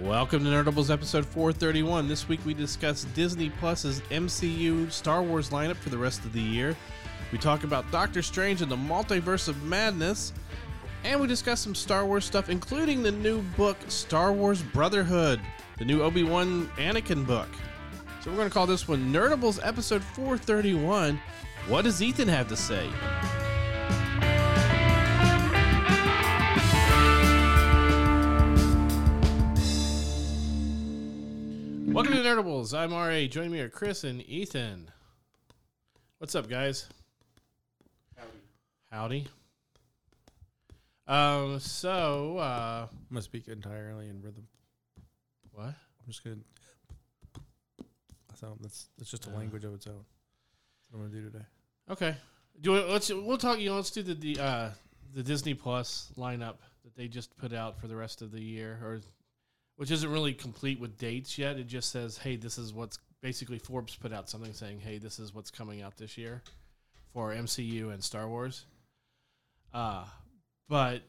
Welcome to Nerdables episode 431. This week we discuss Disney Plus's MCU Star Wars lineup for the rest of the year. We talk about Doctor Strange and the Multiverse of Madness, and we discuss some Star Wars stuff, including the new book Star Wars Brotherhood, the new Obi Wan Anakin book. So we're going to call this one Nerdables episode 431. What does Ethan have to say? Welcome to Nerdables. I'm RA. Join me are Chris and Ethan. What's up, guys? Howdy. Howdy. Um, so, uh, I'm gonna speak entirely in rhythm. what? I'm just gonna. That's how- that's that's just a Yeah. language of its own. That's what I'm gonna do today. Okay. Do we, let's we'll talk. You know, let's do the the, uh, the Disney Plus lineup that they just put out for the rest of the year, or which isn't really complete with dates yet. It just says, "Hey, this is what's." Basically, Forbes put out something saying, "Hey, this is what's coming out this year for MCU and Star Wars." Uh, but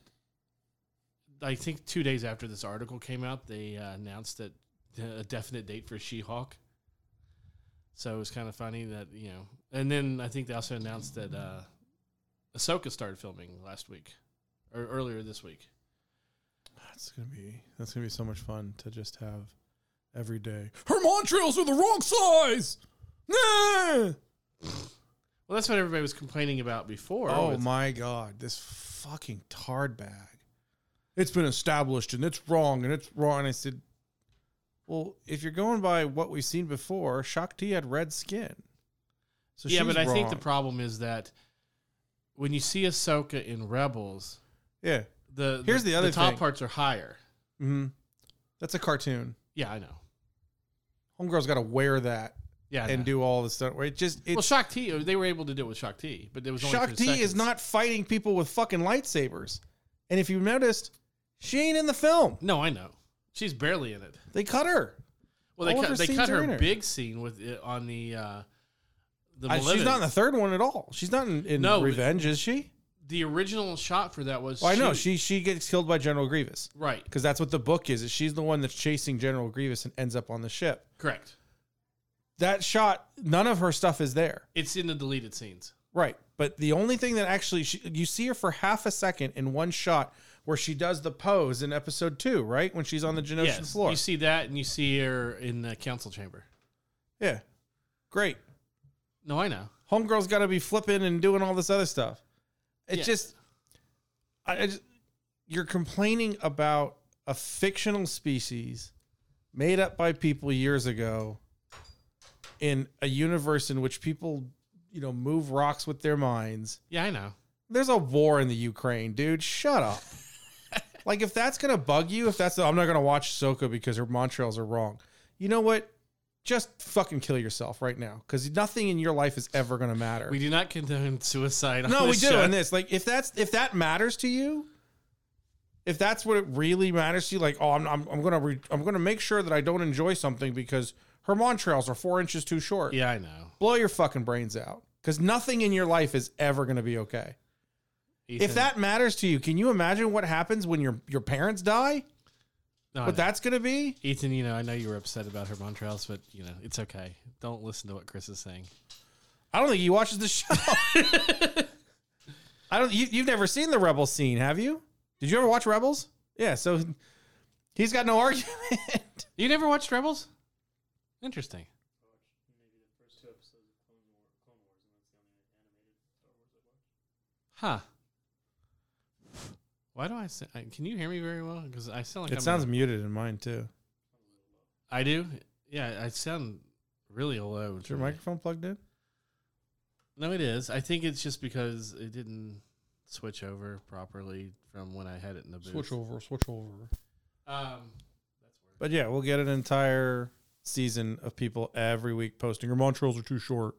I think two days after this article came out, they uh, announced that uh, a definite date for She-Hulk. So it was kind of funny that you know. And then I think they also announced that uh, Ahsoka started filming last week or earlier this week. That's gonna be that's gonna be so much fun to just have every day. Her entrails are the wrong size. Nah! Well, that's what everybody was complaining about before. Oh with- my god, this fucking tard bag. It's been established and it's wrong and it's wrong. And I said, well, if you're going by what we've seen before, Shakti had red skin. So yeah, but she's I think the wrong. problem is that when you see Ahsoka in Rebels, yeah. the Here's the other top thing. parts are higher. Mm-hmm. That's a cartoon. Yeah, I know. Homegirl's got to wear that Yeah, I and know. do all this stuff. where It just well, it's Shakti. uh, They were able to do it with Shakti, but it was only for Shakti is seconds. not fighting people with fucking lightsabers. And if you noticed, she ain't in the film. No, I know. She's barely in it. They cut her. Well, they All of her cut, they scenes cut are her in her. big scene with it on the uh, the I- she's not in the Malevolence. third one at all. She's not in, in No, Revenge, is she? the original shot for that was. Well, Oh, I know shoot. she she gets killed by General Grievous Right. because that's what the book is. is She's the one that's chasing General Grievous and ends up on the ship. Correct. That shot, none of her stuff is there. It's in the deleted scenes. Right. But the only thing that actually she, you see her for half a second in one shot where she does the pose in episode two, right? When she's on the Genosian yes. floor. You see that, and you see her in the council chamber. yeah. Great. No, I know. Homegirl's got to be flipping and doing all this other stuff. It's Yeah. just, I, I just, you're complaining about a fictional species made up by people years ago in a universe in which people, you know, move rocks with their minds. Yeah, I know. There's a war in the Ukraine, dude. Shut up. like if that's gonna bug you, if that's I'm not gonna watch Soka because her Montreals are wrong. You know what? Just fucking kill yourself right now because nothing in your life is ever gonna matter. We do not condone suicide. On no, we this do. show. And this, like, if that's if that matters to you, if that's what it really matters to you, like, oh, I'm I'm, I'm gonna re- I'm gonna make sure that I don't enjoy something because her Montreals are four inches too short Yeah, I know. blow your fucking brains out because nothing in your life is ever going to be okay. Ethan. If that matters to you, can you imagine what happens when your your parents die? No, I know. What that's going to be? Ethan, you know, I know you were upset about her Montrals, but you know, it's okay. Don't listen to what Chris is saying. I don't think he watches the show. I don't. You, you've never seen the Rebels scene, have you? Did you ever watch Rebels? Yeah. So he's got no argument. You never watched Rebels? Interesting. Huh. Why do I say? I- Can you hear me very well? Because I sound like I'm it sounds muted in mine too. I do. Yeah, I sound really low. Is to your me. microphone plugged in? No, it is. I think it's just because it didn't switch over properly from when I had it in the booth. over. Switch over. Um, But yeah, we'll get an entire season of people every week posting her Montreals are too short.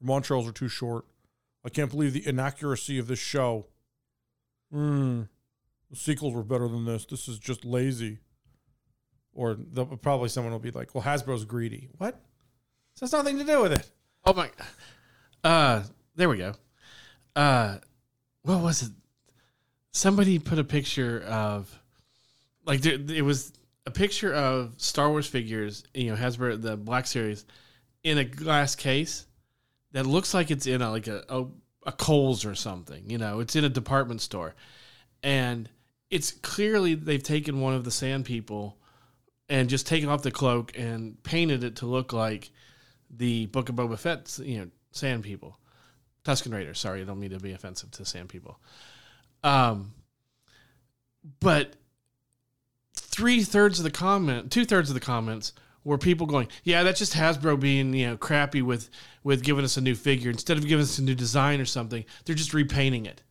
Her Montreals are too short. I can't believe the inaccuracy of this show. Mm. The sequels were better than this. This is just lazy. Or the, probably someone will be like, "Well, Hasbro's greedy." What? This has nothing to do with it. oh my. Uh, there we go. Uh, what was it? Somebody put a picture of, like, there, it was a picture of Star Wars figures, you know, Hasbro the Black Series, in a glass case that looks like it's in a, like a, a a Kohl's or something. You know, it's in a department store, and it's clearly they've taken one of the Sand People and just taken off the cloak and painted it to look like the Book of Boba Fett's, you know, Sand People, Tusken Raiders. Sorry, I don't mean to be offensive to Sand People. Um, but three thirds of the comment, two thirds of the comments were people going, "Yeah, that's just Hasbro being you know crappy with with giving us a new figure instead of giving us a new design or something. They're just repainting it."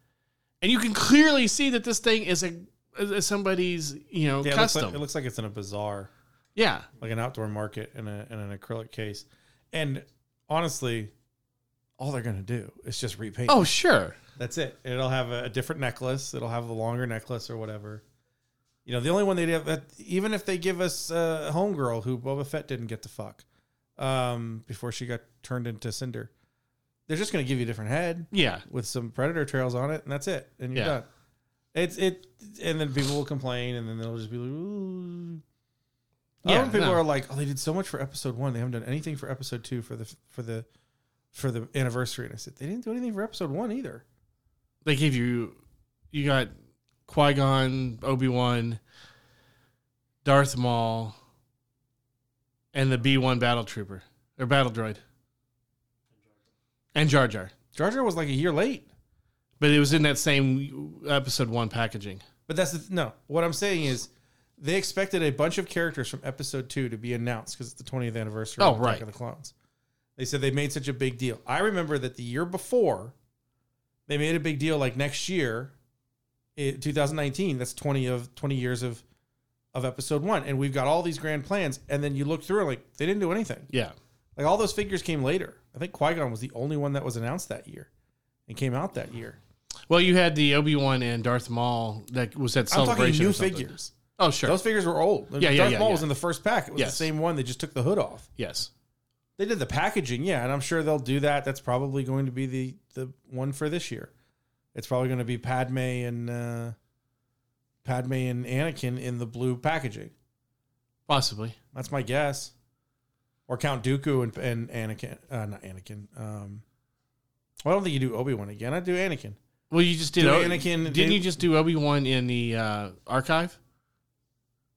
And you can clearly see that this thing is a is somebody's you know Yeah, it looks, custom. like, it looks like it's in a bazaar, yeah, like an outdoor market in, a, in an acrylic case. And honestly, all they're going to do is just repaint. Oh, sure. That's it. It'll have a, a different necklace. It'll have a longer necklace or whatever. You know, the only one they have that even if they give us uh, homegirl who Boba Fett didn't get to fuck um, before she got turned into Cinder, they're just going to give you a different head Yeah. with some predator trails on it, and that's it, and you're Yeah. done. It's it, and then people will complain, and then they'll just be like, Ooh. I love Yeah, when people no. are like, "Oh, they did so much for episode one. They haven't done anything for episode two for the for the for the anniversary." And I said, "They didn't do anything for episode one either." They gave you you got Qui Gon, Obi Wan, Darth Maul, and the B one battle trooper or battle droid, and Jar Jar. Jar Jar was like a year late. But it was in that same episode one packaging. But that's the, no. What I'm saying is, they expected a bunch of characters from episode two to be announced because it's the 20th anniversary. Oh, of Attack right. of the Clones. They said they made such a big deal. I remember that the year before, they made a big deal. Like next year, eh, 2019. That's 20 of 20 years of of episode one, and we've got all these grand plans. And then you look through, like they didn't do anything. Yeah. Like all those figures came later. I think Qui Gon was the only one that was announced that year, and came out that year. Well, you had the Obi Wan and Darth Maul that was that I'm celebration. talking new or something. figures. Oh, sure. Those figures were old. Yeah, yeah, Darth yeah, Maul was yeah. in the first pack. It was the Yes. same one. They just took the hood off. yes. They did the packaging, yeah, and I'm sure they'll do that. That's probably going to be the the one for this year. It's probably going to be Padme and uh, Padme and Anakin in the blue packaging. Possibly. That's my guess. Or Count Dooku and, and Anakin, uh, not Anakin. Um, well, I don't think you do Obi Wan again. I do Anakin. Well, you just did. Do O- Anakin- Didn't they- you just do Obi Wan in the uh, archive?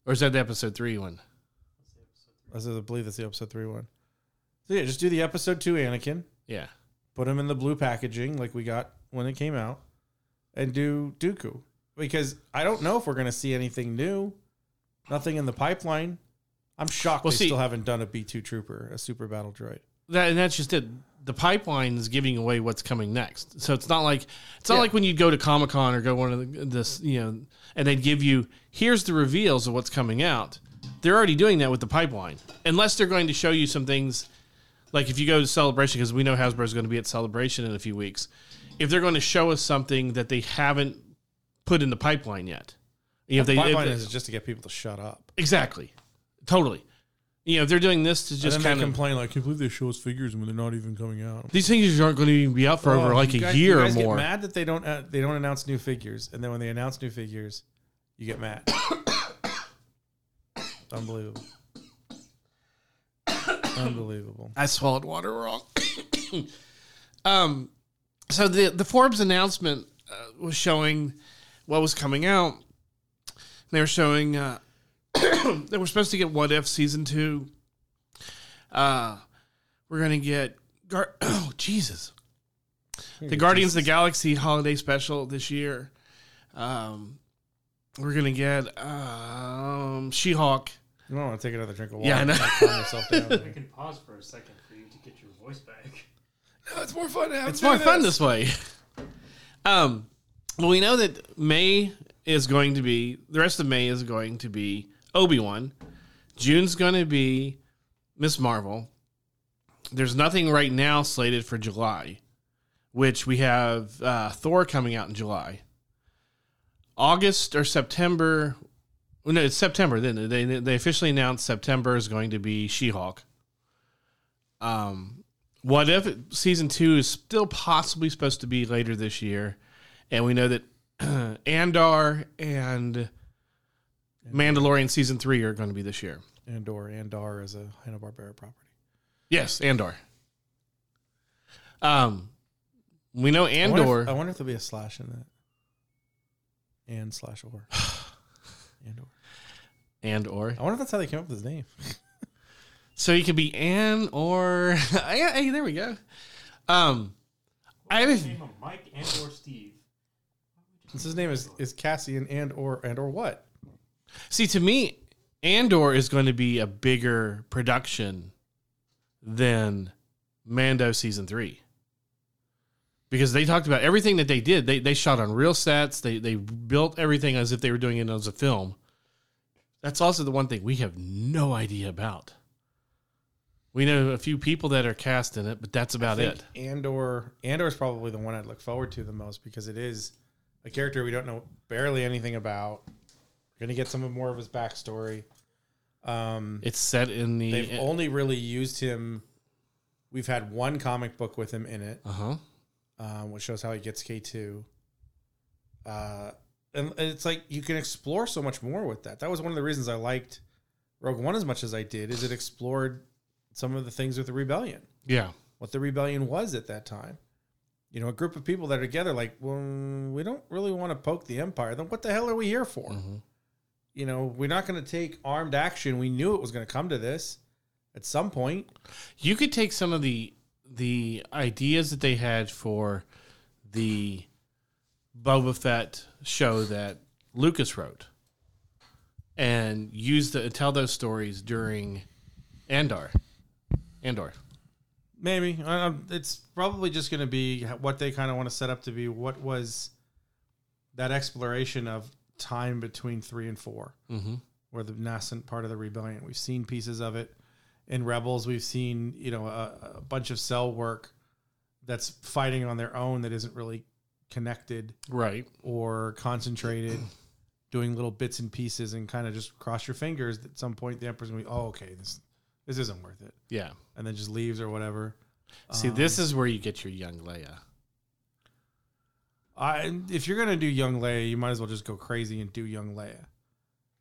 Or is that the episode three one? I believe that's the episode three one. So yeah, just do the episode two Anakin. Yeah. put them in the blue packaging like we got when it came out, and do Dooku because I don't know if we're gonna see anything new, nothing in the pipeline. I'm shocked Well, they see- still haven't done a B2 trooper, a super battle droid. That and that's just it. The pipeline is giving away what's coming next. So it's not like it's not Yeah. like when you go to Comic Con or go one of the this you know, and they'd give you here's the reveals of what's coming out. They're already doing that with the pipeline, unless they're going to show you some things. Like if you go to Celebration, because we know Hasbro is going to be at Celebration in a few weeks. If they're going to show us something that they haven't put in the pipeline yet, you know, if they, if pipeline they- is just to get people to shut up. exactly, totally. You know, if they're doing this to Just just and then kind they of complain like, I can't believe they show us figures when they're not even coming out. these things aren't going to even be out for over Oh, like you a guys- year you or guys more. Get mad that they don't uh, they don't announce new figures, and then when they announce new figures, you get mad. It's unbelievable. unbelievable. I swallowed water wrong. um, so the the Forbes announcement uh, was showing what was coming out. They were showing uh, they were supposed to get What If season two. Uh, we're gonna get Gar- oh Jesus, the Guardians of the Galaxy holiday special this year. Um, we're gonna get um, She Hulk. You might want to take another drink of water. Yeah, I know. Calm yourself down. I can pause for a second for you to get your voice back. it's more fun. It's more fun this way. Um, well, we know that May is going to be the rest of May is going to be Obi Wan. June's going to be Miss Marvel. There's nothing right now slated for July, which we have uh, Thor coming out in July. August or September? well, No, it's September. Then they they officially announced September is going to be She Hulk. Um, what if it- season two is still possibly supposed to be later this year, and we know that Andar and Mandalorian season three are going to be this year. Andor, Andar is a Hanna Barbera property. Yes, Andor. Um, we know I wonder if- Andor. I wonder if, there'll be a slash in that. And slash or. Andor. Andor. I wonder if that's how they came up with his name. So you could be Ann or hey, hey, there we go. Um, I have a- What's the name of Mike and or Steve. Since his name is, is Cassian and or and or what? see to me, Andor is going to be a bigger production than Mando season three. Because they talked about everything that they did. They they shot on real sets. They they built everything as if they were doing it as a film. That's also the one thing we have no idea about. We know a few people that are cast in it, but that's about I think it. Andor Andor is probably the one I'd look forward to the most because it is a character we don't know barely anything about. We're gonna get some more of his backstory. Um, It's set in the they've only really used him. We've had one comic book with him in it, Uh huh. um, which shows how he gets K two. Uh, and and it's like you can explore so much more with that. That was one of the reasons I liked Rogue One as much as I did. Is it explored some of the things with the rebellion, Yeah. what the rebellion was at that time. You know, a group of people that are together, like, well, we don't really want to poke the empire. Then what the hell are we here for? You know, we're not going to take armed action. We knew it was going to come to this at some point. You could take some of the the ideas that they had for the Boba Fett show that Lucas wrote, and use the tell those stories during Andor. Andor. Maybe I, I'm- it's probably just going to be what they kind of want to set up to be. What was that exploration of time between three and four, Mm-hmm. or the nascent part of the rebellion? We've seen pieces of it in Rebels. We've seen you know a, a bunch of cell work that's fighting on their own that isn't really connected Right. or concentrated, doing little bits and pieces, and kind of just cross your fingers that at some point the Emperor's going to be, oh okay, this this isn't worth it, Yeah. and then just leaves or whatever. See, Um, this is where you get your young Leia. I, if you're gonna do Young Leia, you might as well just go crazy and do Young Leia.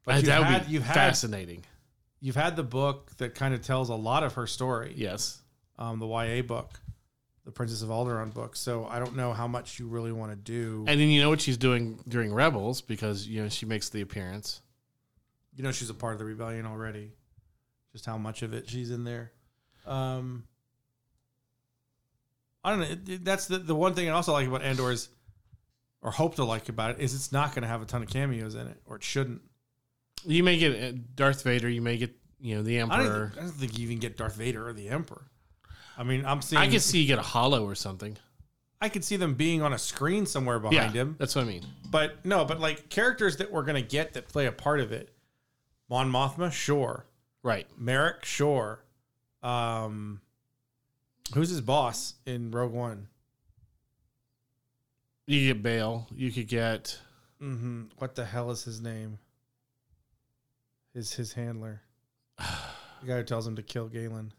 But Uh, you've that would had- be you've had- fascinating. You've had the book that kind of tells a lot of her story, Yes. um, the YA book, the Princess of Alderaan book. So I don't know how much you really want to do. And then you know what she's doing during Rebels because you know she makes the appearance. you know, she's a part of the rebellion already. Just how much of it she's in there. Um, I don't know. It- it- That's the the one thing I also like about Andor is, or hope to like about it, is it's not going to have a ton of cameos in it, or it shouldn't. You may get uh, Darth Vader. You may get you know the I don't, Emperor. think, I don't think you even get Darth Vader or the Emperor. I mean, I'm seeing. I could see you get a hollow or something I could see them being on a screen somewhere behind him, That's what I mean. but no, but like characters that we're gonna get that play a part of it. Mon Mothma, sure. Right. Merrick, sure. Um, who's his boss in Rogue One? You get Bail. You could get Mm-hmm. What the hell is his name? His his handler, the guy who tells him to kill Galen.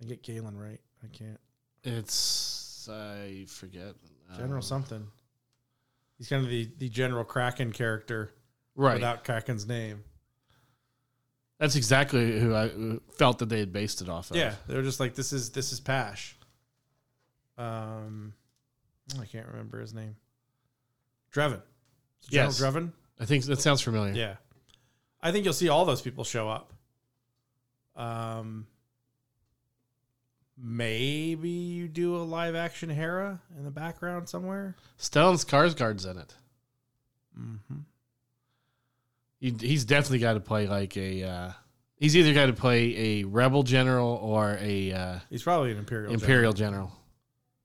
I get Galen right. I can't. it's I forget General Um, something. He's kind of the, the General Kraken character Right. without Kraken's name. That's exactly who I who felt that they had based it off of. Yeah, they were just like this is this is Pash. Um, I can't remember his name. Drevin. Is it General Yes. Drevin. I think that sounds familiar. Yeah, I think you'll see all those people show up. Um, maybe you do a live action Hera in the background somewhere. Stellan Skarsgård's in it. Mm-hmm. He, he's definitely got to play like a. Uh, he's either got to play a rebel general or a uh, He's probably an Imperial. general. imperial general,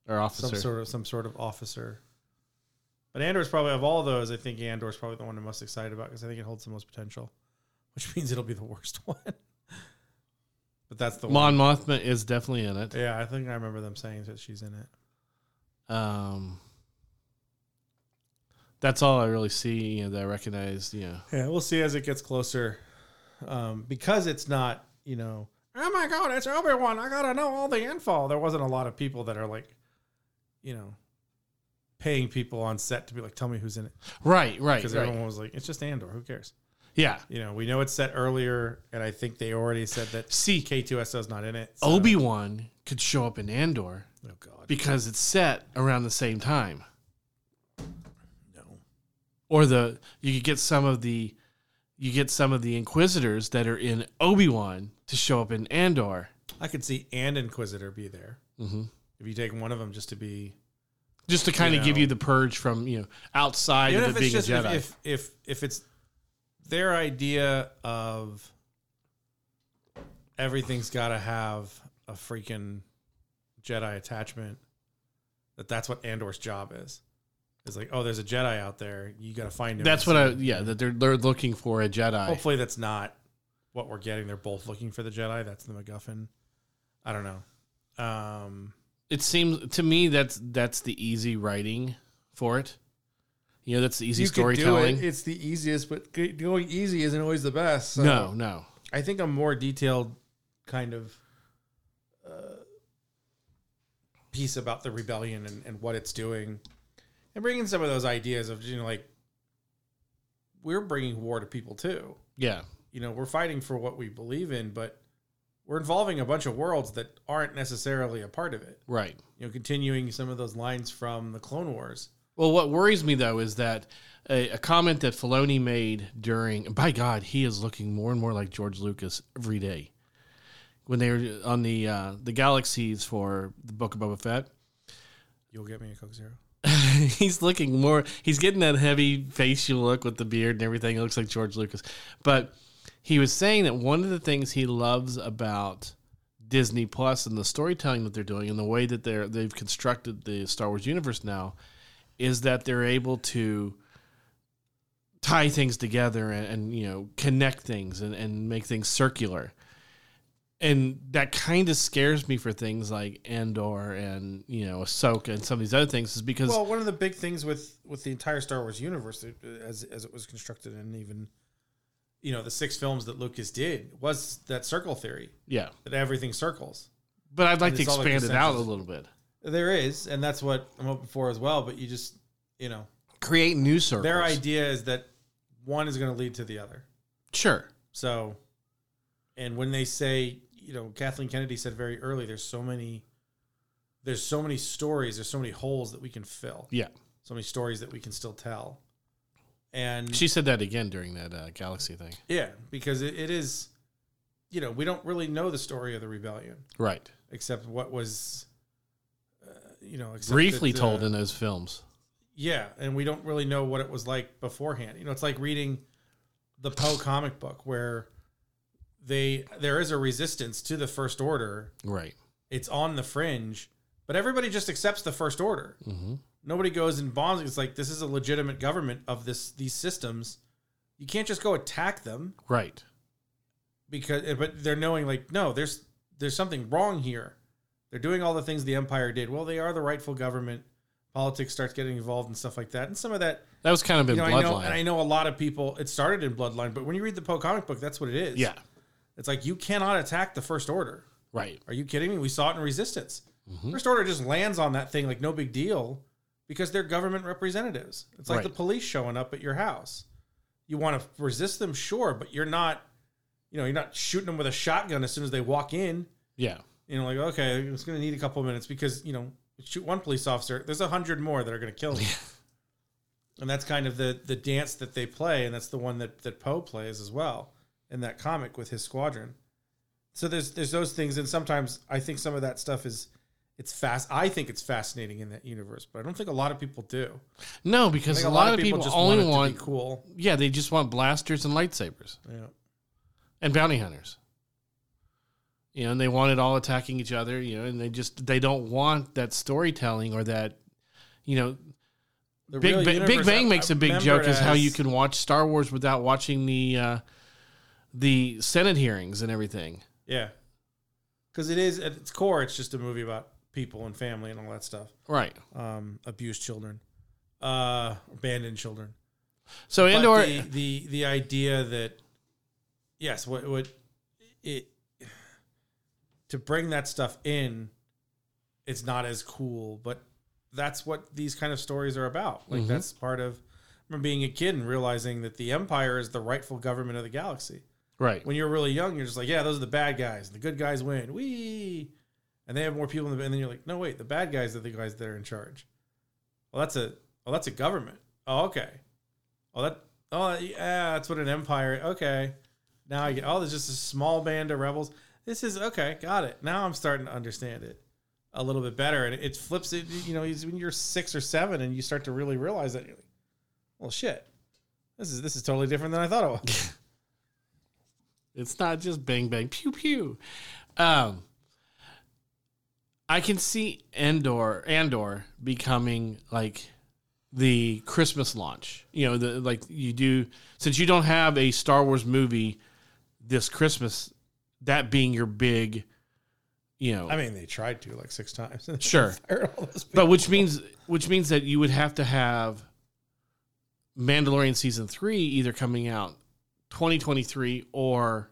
or officer. some sort of some sort of officer. But Andor's probably of all those, I think Andor's probably the one I'm most excited about because I think it holds the most potential, which means it'll be the worst one. but that's the Mon one. Mothma is definitely in it. Yeah, I think I remember them saying that she's in it. Um, that's all I really see you know, that I recognize. You know, Yeah, we'll see as it gets closer, um, because it's not you know. Oh my God, it's Obi Wan! I gotta know all the info. There wasn't a lot of people that are like, you know, paying people on set to be like, tell me who's in it right, right, because right. everyone was like, it's just Andor. Who cares? Yeah. You know, we know it's set earlier, and I think they already said that See, K2SO's not in it. so- Obi Wan could show up in Andor Oh, God. because it's set around the same time. No. Or the you could get some of the you get some of the Inquisitors that are in Obi Wan to show up in Andor. I could see and Inquisitor be there. Mm-hmm. If you take one of them just to be. Just to kind of You give know. you the purge from you know outside Even of if it it's being just. a Jedi. If, if, if, if it's their idea of everything's got to have a freaking Jedi attachment, that that's what Andor's job is. It's like, oh, there's a Jedi out there. You got to find him. That's and what I see him. yeah that they're they're looking for a Jedi. Hopefully, that's not what we're getting. They're both looking for the Jedi. That's the MacGuffin. I don't know. Um, It seems to me that's that's the easy writing for it. You know that's the easy you could do storytelling. it. It's the easiest, but g- going easy isn't always the best. So no, no. I think a more detailed kind of uh, piece about the rebellion and, and what it's doing, and bringing some of those ideas of you know like we're bringing war to people too. Yeah. you know, we're fighting for what we believe in, but we're involving a bunch of worlds that aren't necessarily a part of it. Right. You know, continuing some of those lines from the Clone Wars. Well, what worries me though is that a, a comment that Filoni made during, by God, he is looking more and more like George Lucas every day. When they were on the uh, the galaxies for the Book of Boba Fett, You'll get me a Coke Zero. he's looking more. He's getting that heavy facial look with the beard and everything. It looks like George Lucas. But he was saying that one of the things he loves about Disney Plus and the storytelling that they're doing and the way that they're they've constructed the Star Wars universe now is that they're able to tie things together and, and you know connect things and, and make things circular and that kind of scares me for things like Andor and you know Ahsoka and some of these other things is because Well, one of the big things with with the entire Star Wars universe, uh, as as it was constructed, and even you know the six films that Lucas did, was that circle theory yeah, that everything circles. but I'd like And to it's all like expand it out a consensus. little bit, There is, and that's what I'm hoping for as well. But you just, you know, create new circles. their idea is that one is going to lead to the other. sure, So, and when they say, you know, Kathleen Kennedy said very early, there's so many, there's so many stories, there's so many holes that we can fill, yeah. so many stories that we can still tell. And She said that again during that uh, galaxy thing, yeah, because it, it is, you know, we don't really know the story of the rebellion right? except what was, uh, you know, except Briefly that, uh, told in those films. Yeah, and we don't really know what it was like beforehand. You know, it's like reading the Poe comic book where they there is a resistance to the first order. Right. It's on the fringe, but everybody just accepts the first order. Mm-hmm. Nobody goes and bombs. It's like this is a legitimate government of this these systems. You can't just go attack them Right. because eh, but they're knowing like no, there's there's something wrong here. They're doing all the things the empire did. Well, they are the rightful government. Politics starts getting involved and stuff like that. And some of that That was kind of in you know, I know, Bloodline. and I know a lot of people. It started in Bloodline, but when you read the Poe comic book, that's what it is. yeah. it's like you cannot attack the First Order. Right. Are you kidding me? We saw it in Resistance. Mhm. First Order just lands on that thing like no big deal because they're government representatives. It's like Right. the police showing up at your house. You want to resist them, sure, but you're not. You know, you're not shooting them with a shotgun as soon as they walk in. Yeah. You know, like okay, it's going to need a couple of minutes because you know, shoot one police officer, there's a hundred more that are going to kill me and that's kind of the the dance that they play, and that's the one that that Poe plays as well in that comic with his squadron. So there's there's those things, and sometimes I think some of that stuff is it's fast. I think it's fascinating in that universe, but I don't think a lot of people do. No, I because think a lot, of people, only it want to be cool. yeah, they just want blasters and lightsabers. Yeah. and bounty hunters. You know, and they want it all attacking each other, you know, and they just they don't want that storytelling or that you know, The Big real ba- Big universe, Bang I- makes I a big remember joke it is how as- you can watch Star Wars without watching the uh the Senate hearings and everything. yeah, because it is at its core, it's just a movie about people and family and all that stuff. Right. Um, abused children, uh, abandoned children. So But Andor the, the the idea that yes, what what it to bring that stuff in, it's not as cool, but that's what these kind of stories are about. Like Mhm. that's part of remember being a kid and realizing that the Empire is the rightful government of the galaxy. Right. When you're really young, you're just like, yeah, those are the bad guys. The good guys win. Wee. And they have more people in the and then you're like, no, wait, the bad guys are the guys that are in charge. Well, that's a well, that's a government. Oh, okay. Oh, that oh yeah, that's what an empire. Okay. Now I get oh, there's just a small band of rebels. This is okay, got it. Now I'm starting to understand it a little bit better. And it flips it, you know, it's when you're six or seven and you start to really realize that you're like, well shit. This is this is totally different than I thought it was. It's not just bang bang pew pew. Um, I can see Andor Andor becoming like the Christmas launch. You know, the like you do since you don't have a Star Wars movie this Christmas. That being your big, you know, I mean, they tried to like six times. Sure. Fired all those but which means which means that you would have to have Mandalorian season three either coming out 2023 or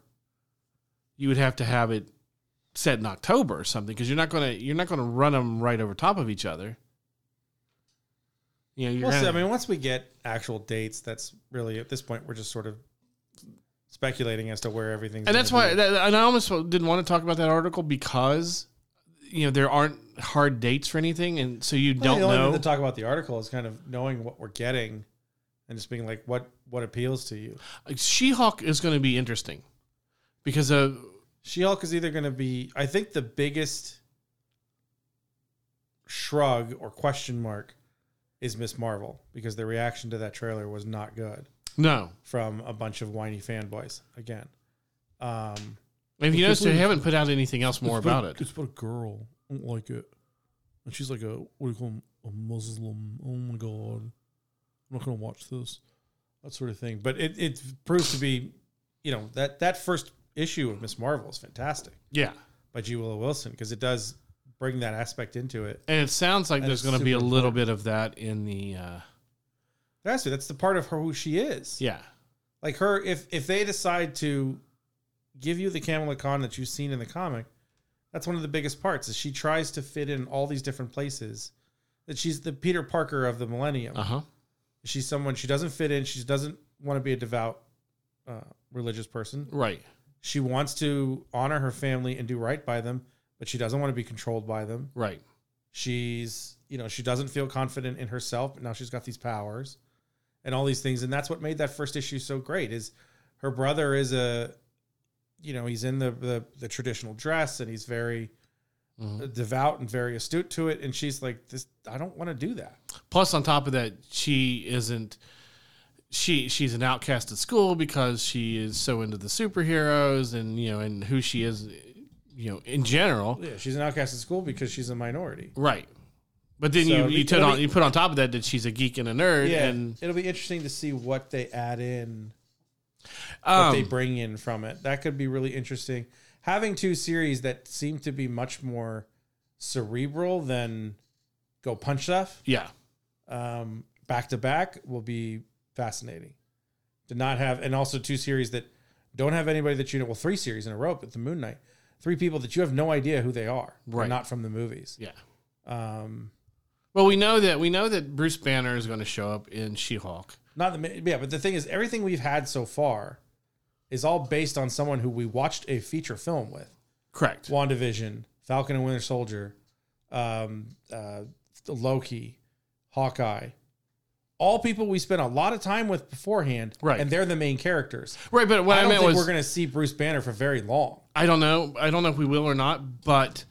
you would have to have it set in October or something because you're not gonna you're not gonna run them right over top of each other. You know, you're We'll see. gonna- I mean, once we get actual dates, that's really at this point we're just sort of speculating as to where everything's. and that's gonna why be. that, and I almost didn't want to talk about that article because you know there aren't hard dates for anything, and so you I think don't the only know. thing to talk about the article is kind of knowing what we're getting, and just being like, what what appeals to you. She Hulk is going to be interesting because of She Hulk is either going to be, I think, the biggest shrug or question mark is Miss Marvel because the reaction to that trailer was not good no. from a bunch of whiny fanboys again. Um, If you notice, they Completely. haven't put out anything else more It's about about a- it. It's about a girl. I don't like it. And she's like a what do you call 'em? a Muslim? Oh my god! I'm not gonna watch this. That sort of thing. But it it proves to be, you know, that that first issue of Miss Marvel is fantastic Yeah, by G Willow Wilson because it does bring that aspect into it. and it sounds like That there's is going to be a super little bit of that in the uh, That's it. That's the part of her who she is. yeah. Like her, if if they decide to give you the Kamala Khan that you've seen in the comic, that's one of the biggest parts. Is she tries to fit in all these different places. That she's the Peter Parker of the millennium. Uh huh. She's someone she doesn't fit in. She doesn't want to be a devout uh, religious person. Right. She wants to honor her family and do right by them, but she doesn't want to be controlled by them. Right. She's, you know, she doesn't feel confident in herself, but now she's got these powers and all these things. And that's what made that first issue so great is her brother is a, you know, he's in the the, the traditional dress and he's very uh, Mhm. devout and very astute to it. And she's like, this, I don't want to do that. Plus, on top of that, she isn't. She she's an outcast at school because she is so into the superheroes and you know and who she is, you know, in general. Yeah, she's an outcast at school because she's a minority. Right. But then So you, you it'll put be- on you put on top of that that she's a geek and a nerd Yeah, and it'll be interesting to see what they add in, what um, they bring in from it. That could be really interesting. Having two series that seem to be much more cerebral than go punch stuff yeah um, back to back will be fascinating. To not have, and also two series that don't have anybody that you know. Well, three series in a row, but the Moon Knight, three people that you have no idea who they are. They're Right. not from the movies. yeah. Um, Well, we know that we know that Bruce Banner is going to show up in She Hulk. Not the ma- yeah, but the thing is, everything we've had so far is all based on someone who we watched a feature film with. Correct. WandaVision, Falcon and Winter Soldier, um, uh, Loki, Hawkeye. All people we spent a lot of time with beforehand, Right. And they're the main characters. Right, but what I I, don't meant think was we're going to see Bruce Banner for very long. I don't know. I don't know if we will or not, but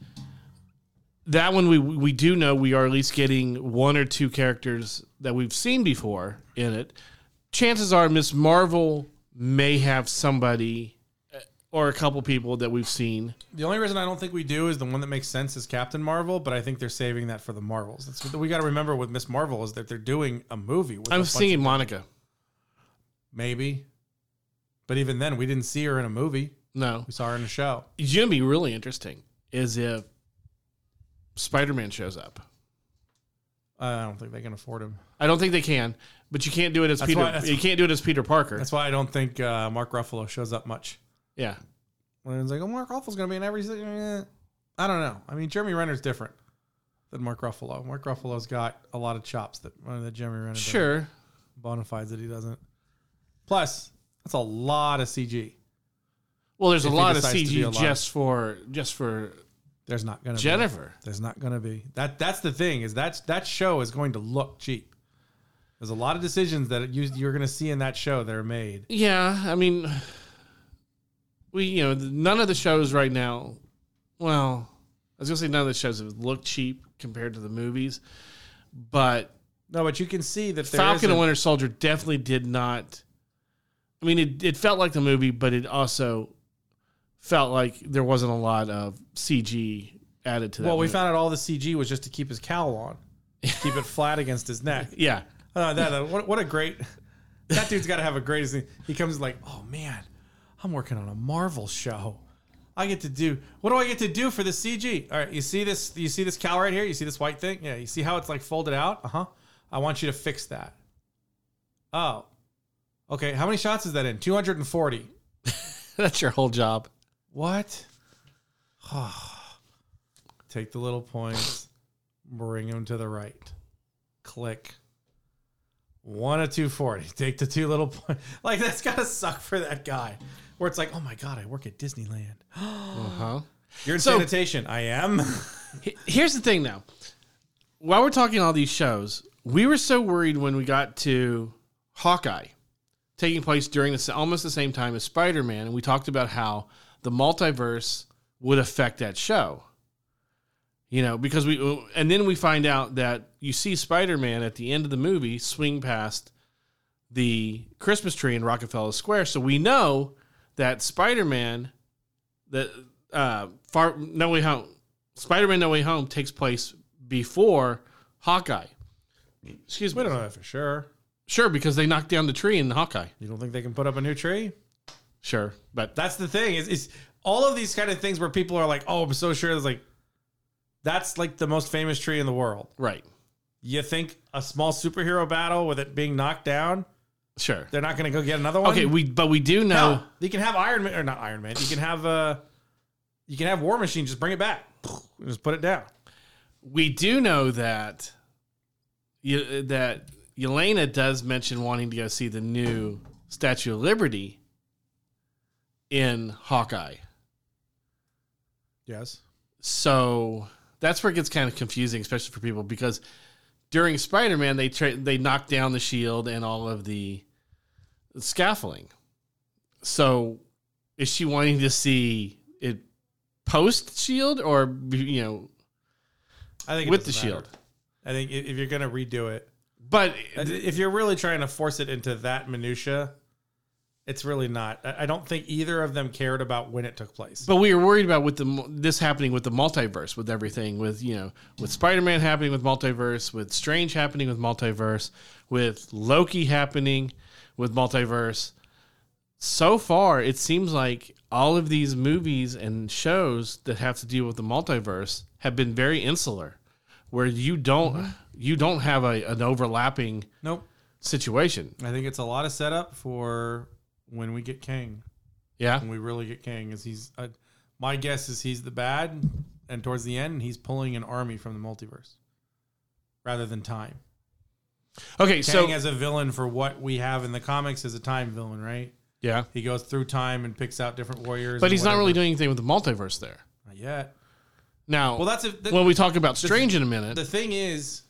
that one we we do know we are at least getting one or two characters that we've seen before in it. Chances are Miss Marvel may have somebody uh, or a couple people that we've seen. The only reason I don't think we do is the one that makes sense is Captain Marvel, but I think they're saving that for the Marvels. That's what we got to remember with Miss Marvel is that they're doing a movie. With a I'm bunch of seeing Monica. Maybe. But even then, we didn't see her in a movie. No, We saw her in a show. it's gonna be really interesting. Is if Spider Man shows up. Uh, I don't think they can afford him. I don't think they can, but you can't do it as That's Peter. why- that's- you can't do it as Peter Parker. That's why I don't think uh, Mark Ruffalo shows up much. Yeah, When it's like, oh, Mark Ruffalo's going to be in every. eh, I don't know. I mean, Jeremy Renner's different than Mark Ruffalo. Mark Ruffalo's got a lot of chops that uh, that Jeremy Renner. doesn't. sure. bona fides that he doesn't. Plus, that's a lot of CG. Well, there's a If he lot of decides to be CG alive. just for just for There's not gonna be. Jennifer. There's not gonna be that. That's the thing is that that show is going to look cheap. There's a lot of decisions that you, you're gonna see in that show that are made. Yeah, I mean, we you know th- none of the shows right now. Well, I was gonna say none of the shows have looked cheap compared to the movies, but No, but you can see that there Falcon and isn't- Winter Soldier definitely did not. I mean, it, it felt like the movie, but it also felt like there wasn't a lot of CG added to that. Well, we movie. found out all the CG was just to keep his cowl on, keep it flat against his neck. yeah. Oh, that, that- what, what a great. That dude's got to have a greatest thing. He comes like, oh man, I'm working on a Marvel show. I get to do. What do I get to do for the CG? All right, you see this? You see this cow right here? You see this white thing? Yeah. You see how it's like folded out? Uh huh. I want you to fix that. Oh, okay. How many shots is that in? 240. That's your whole job. What? Take the little points, bring them to the right. Click. One of 240. Take the two little points. Like, that's got to suck for that guy. Where it's like, oh my God, I work at Disneyland. Uh huh. You're in So- sanitation. I am. He- Here's the thing now. While we're talking all these shows, we were so worried when we got to Hawkeye taking place during the, s- almost the same time as Spider Man, and we talked about how the multiverse would affect that show. You know, because we, uh, and then we find out that you see Spider Man at the end of the movie swing past the Christmas tree in Rockefeller Square. So we know that Spider Man, that, uh, far, no way home, Spider-Man: No Way Home takes place before Hawkeye. Excuse we me. don't know that for sure. Sure, because they knocked down the tree in Hawkeye. You don't think they can put up a new tree? Sure, but That's the thing. Is is all of these kind of things where people are like, oh, I'm so sure. It's like, that's like the most famous tree in the world. right. You think a small superhero battle with it being knocked down, Sure. they're not going to go get another one? Okay, we but we do know. no. You can have Iron Man or not Iron Man. You can have uh, you can have War Machine. Just bring it back. Just put it down. we do know that you, that Yelena does mention wanting to go see the new Statue of Liberty in Hawkeye. Yes. So that's where it gets kind of confusing, especially for people, because during Spider-Man they tra- they knocked down the shield and all of the scaffolding. So is she wanting to see it post shield or be- you know I think it with the doesn't matter. shield? I think i- if you're going to redo it, But if you're really trying to force it into that minutia, it's really not. I I don't think either of them cared about when it took place. but we were worried about with the mu- this happening with the multiverse with everything with you know with Spider-Man happening with multiverse with Strange happening with multiverse with Loki happening with multiverse so far it seems like all of these movies and shows that have to deal with the multiverse have been very insular where you don't Mm-hmm. you don't have a, an overlapping nope. situation I think it's a lot of setup for when we get Kang. yeah when we really get King is he's uh, my guess is he's the bad and towards the end he's pulling an army from the multiverse rather than time. okay Mm-hmm. Kang so as a villain for what we have in the comics is a time villain, right? yeah He goes through time and picks out different warriors. but and he's not really whatever. doing anything with the multiverse there not yet. now Well, that's if the, when we talk about Strange in a minute. the thing is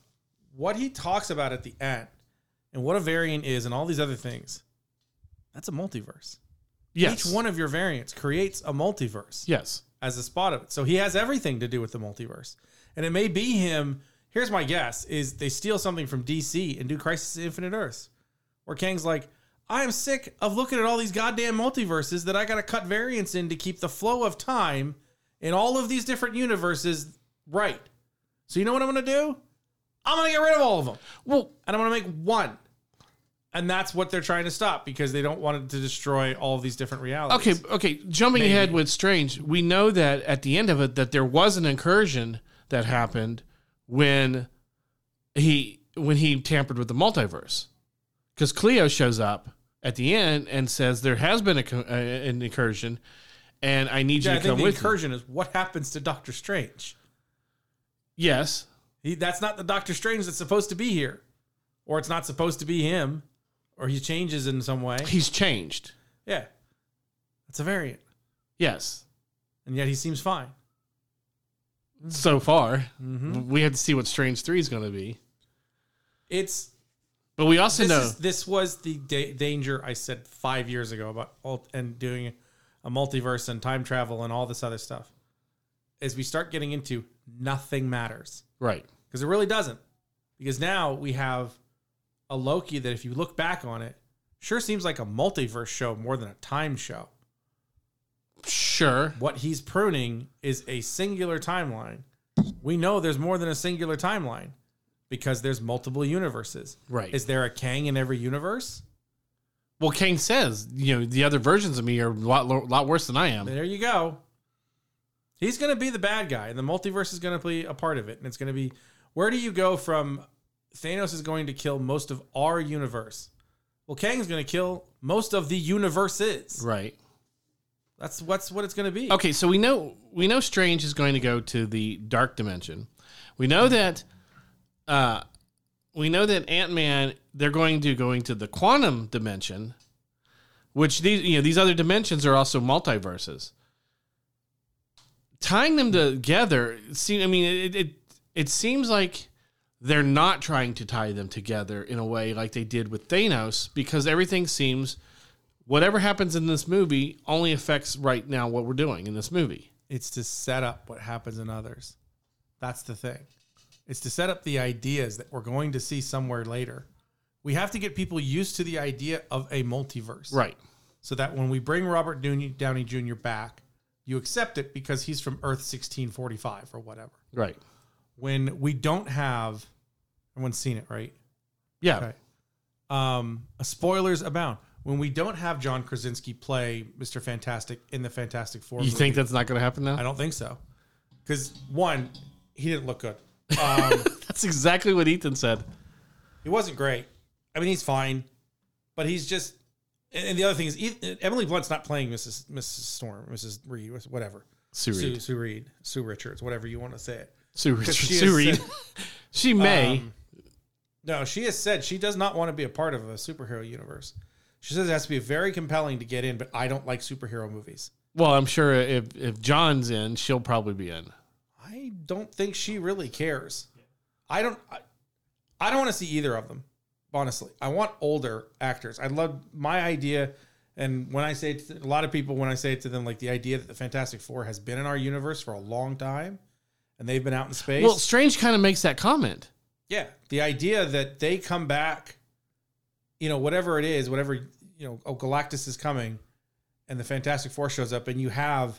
what he talks about at the end and what a variant is and all these other things. That's a multiverse. yes. Each one of your variants creates a multiverse. Yes. as a spot of it. So he has everything to do with the multiverse. And it may be him. Here's my guess is they steal something from DC and do Crisis on Infinite Earths. Where Kang's like, I am sick of looking at all these goddamn multiverses that I gotta cut variants in to keep the flow of time in all of these different universes right. So you know what I'm gonna do? I'm gonna get rid of all of them. Well, And I'm gonna make one. And that's what they're trying to stop because they don't want it to destroy all of these different realities. okay, okay. Jumping ahead with Strange, we know that at the end of it that there was an incursion that happened when he when he tampered with the multiverse. Cuz Cleo shows up at the end and says there has been a, co- uh, an incursion and I need you Yeah, I to come think the with me." incursion is what happens to Doctor Strange. Yes. He, that's not the Doctor Strange that's supposed to be here, or it's not supposed to be him. or he changes in some way. He's changed. Yeah, that's a variant, Yes. and yet he seems fine. So far, Mm-hmm. we had to see what Strange 3 is going to be. It's But we also this, know. is, this was the da- danger I said five years ago about alt- and doing a multiverse and time travel and all this other stuff. As we start getting into nothing matters right. because it really doesn't. Because now we have a Loki that, if you look back on it, sure seems like a multiverse show more than a time show. Sure. What he's pruning is a singular timeline. We know there's more than a singular timeline because there's multiple universes. Right. Is there a Kang in every universe? well, Kang says, you know, the other versions of me are a lot, lo- lot worse than I am. There you go. He's going to be the bad guy, and the multiverse is going to be a part of it. And it's going to be where do you go from Thanos is going to kill most of our universe? Well, Kang's going to kill most of the universes. Right. That's what's what it's going to be. Okay, so we know we know Strange is going to go to the dark dimension. We know that uh we know that Ant-Man they're going to going to the quantum dimension, which these you know these other dimensions are also multiverses. Tying them together, see I mean it it, it seems like they're not trying to tie them together in a way like they did with Thanos because everything seems whatever happens in this movie only affects right now what we're doing in this movie. It's to set up what happens in others. That's the thing. It's to set up the ideas that we're going to see somewhere later. We have to get people used to the idea of a multiverse. Right. so that when we bring Robert Downey, Downey Jr. back, you accept it because he's from Earth 1645 or whatever. Right. When we don't have, everyone's seen it, right? Yeah. Okay. Um, spoilers abound. When we don't have John Krasinski play Mr. Fantastic in the Fantastic Four, You movie, think that's not going to happen now? I don't think so. Because one, he didn't look good. Um, That's exactly what Ethan said. he wasn't great. I mean, he's fine, but he's just. And and the other thing is, Eth- Emily Blunt's not playing Mrs. Mrs. Storm, Mrs. Reed, whatever. Sue Sue, Reed. Sue Reed, Sue Richards, whatever you want to say it. Sue Reed. she Sue is- Reed. she may. Um, no, she has said she does not want to be a part of a superhero universe. She says it has to be very compelling to get in, but I don't like superhero movies. well, I'm sure if if John's in, she'll probably be in. I don't think she really cares. I don't. I, I don't want to see either of them. Honestly, I want older actors. I love my idea, and when I say it to a lot of people, when I say it to them, like the idea that the Fantastic Four has been in our universe for a long time, and they've been out in space. Well, Strange kind of makes that comment. Yeah, the idea that they come back, you know, whatever it is, whatever you know, oh, Galactus is coming, and the Fantastic Four shows up, and you have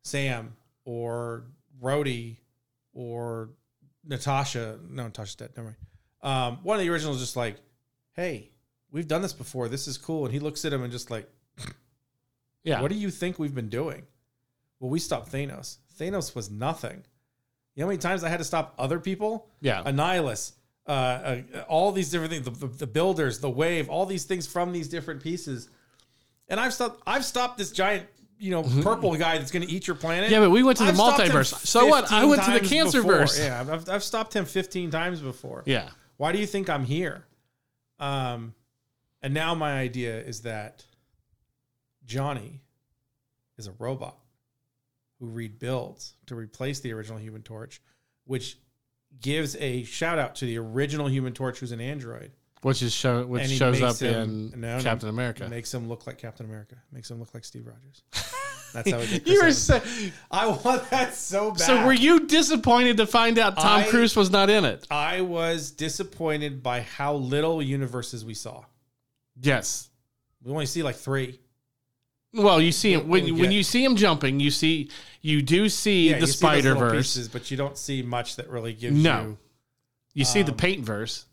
Sam or Rhodey or Natasha. No, Natasha's dead. Never mind. Um, one of the originals is just like, hey, we've done this before. This is cool, and he looks at him and just like, Yeah. what do you think we've been doing? Well, we stopped Thanos. Thanos was nothing. You know how many times I had to stop other people? yeah. Annihilus, uh, uh, all these different things, the, the, the builders, the wave, all these things from these different pieces. And I've stopped. I've stopped this giant, you know, purple guy that's going to eat your planet. Mm-hmm. yeah, but we went to the I've stopped him multiverse. So what? I 15 went to the times cancer before. verse. Yeah. Yeah, I've, I've stopped him fifteen times before. Why do you think I'm here? Um, and now my idea is that Johnny is a robot who rebuilds to replace the original Human Torch, which gives a shout out to the original Human Torch, who's an android. Which is show which And he shows up makes him- in no, no, Captain America. Makes him look like Captain America. Makes him look like Steve Rogers. That's how we get. Chris you were Evans. so, I want that so bad. so were you disappointed to find out Tom I- Cruise was not in it? I was disappointed by how little universes we saw. Yes. We only see like three. Well, you see him what when we when get. you see him jumping, you see you do see you the see those little Spider Verse. pieces, but you don't see much that really gives No, you, you. see the um, Paint Verse.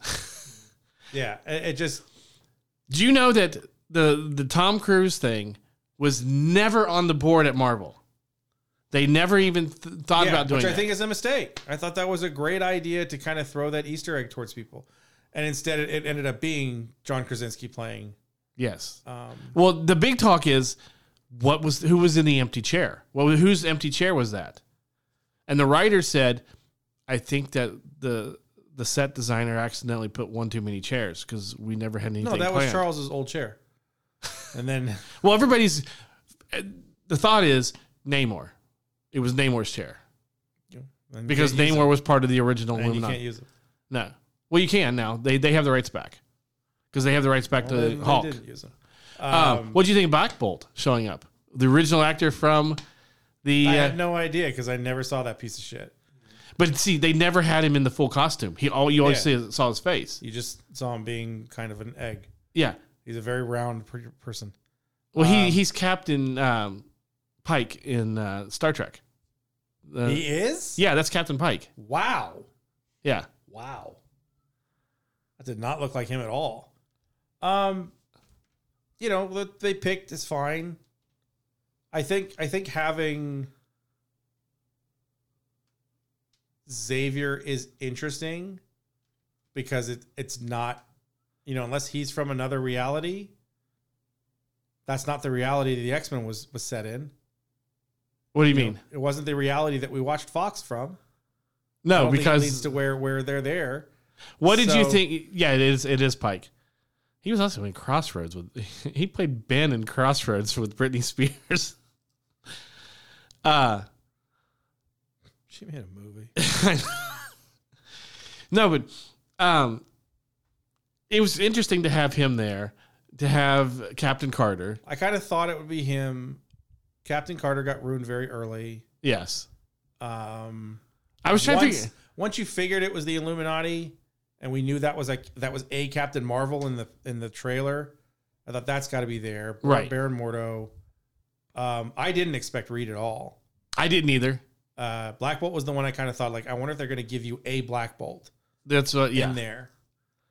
Yeah, it, it just do you know that the the Tom Cruise thing was never on the board at Marvel? They never even th- thought yeah, about doing which it. I think is a mistake. I thought that was a great idea to kind of throw that Easter egg towards people, and instead it, it ended up being John Krasinski playing. yes. Um, Well, the big talk is what was who was in the empty chair? Well, whose empty chair was that? And the writer said, I think that the the set designer accidentally put one too many chairs because we never had anything. No, that was planned. Charles's old chair. And then Well, everybody's. uh, The thought is Namor. It was Namor's chair and because you can't use Namor was part of the original it. and you can't Illuminati. use it. No, well, you can now. They they have the rights back because they have the rights back Well, they- to they Hulk. didn't use it. Um, Um, what do you think of Black Bolt showing up? The original actor from the. I uh, had no idea because I never saw that piece of shit. but see, they never had him in the full costume. He all you always Yeah. see, saw his face. You just saw him being kind of an egg. Yeah. He's a very round per- person. Well, Um, he he's Captain um, Pike in uh, Star Trek. Uh, he is. yeah, that's Captain Pike. Wow. Yeah. Wow. That did not look like him at all. Um, you know that they picked is fine. I think I think having Xavier is interesting because it it's not, you know, unless he's from another reality. That's not the reality the X Men was was set in. What do you You mean? know, it wasn't the reality that we watched Fox from. I No, don't think it leads because to where where they're there. what did you so- think? Yeah, it is. It is Pike. He was also in Crossroads with. He played Ben in Crossroads with Britney Spears. Uh She made a movie. no, but um, it was interesting to have him there. To have Captain Carter. I kind of thought it would be him. Captain Carter got ruined very early. Yes, Um, I was trying to. once, Figure, once you figured it was the Illuminati, and we knew that was like that was a Captain Marvel in the in the trailer. I thought that's got to be there. Bar- Right. Baron Mordo. Um, I didn't expect Reed at all. I didn't either. Uh, Black Bolt was the one I kind of thought like I wonder if they're going to give you a Black Bolt That's what. Yeah, in there.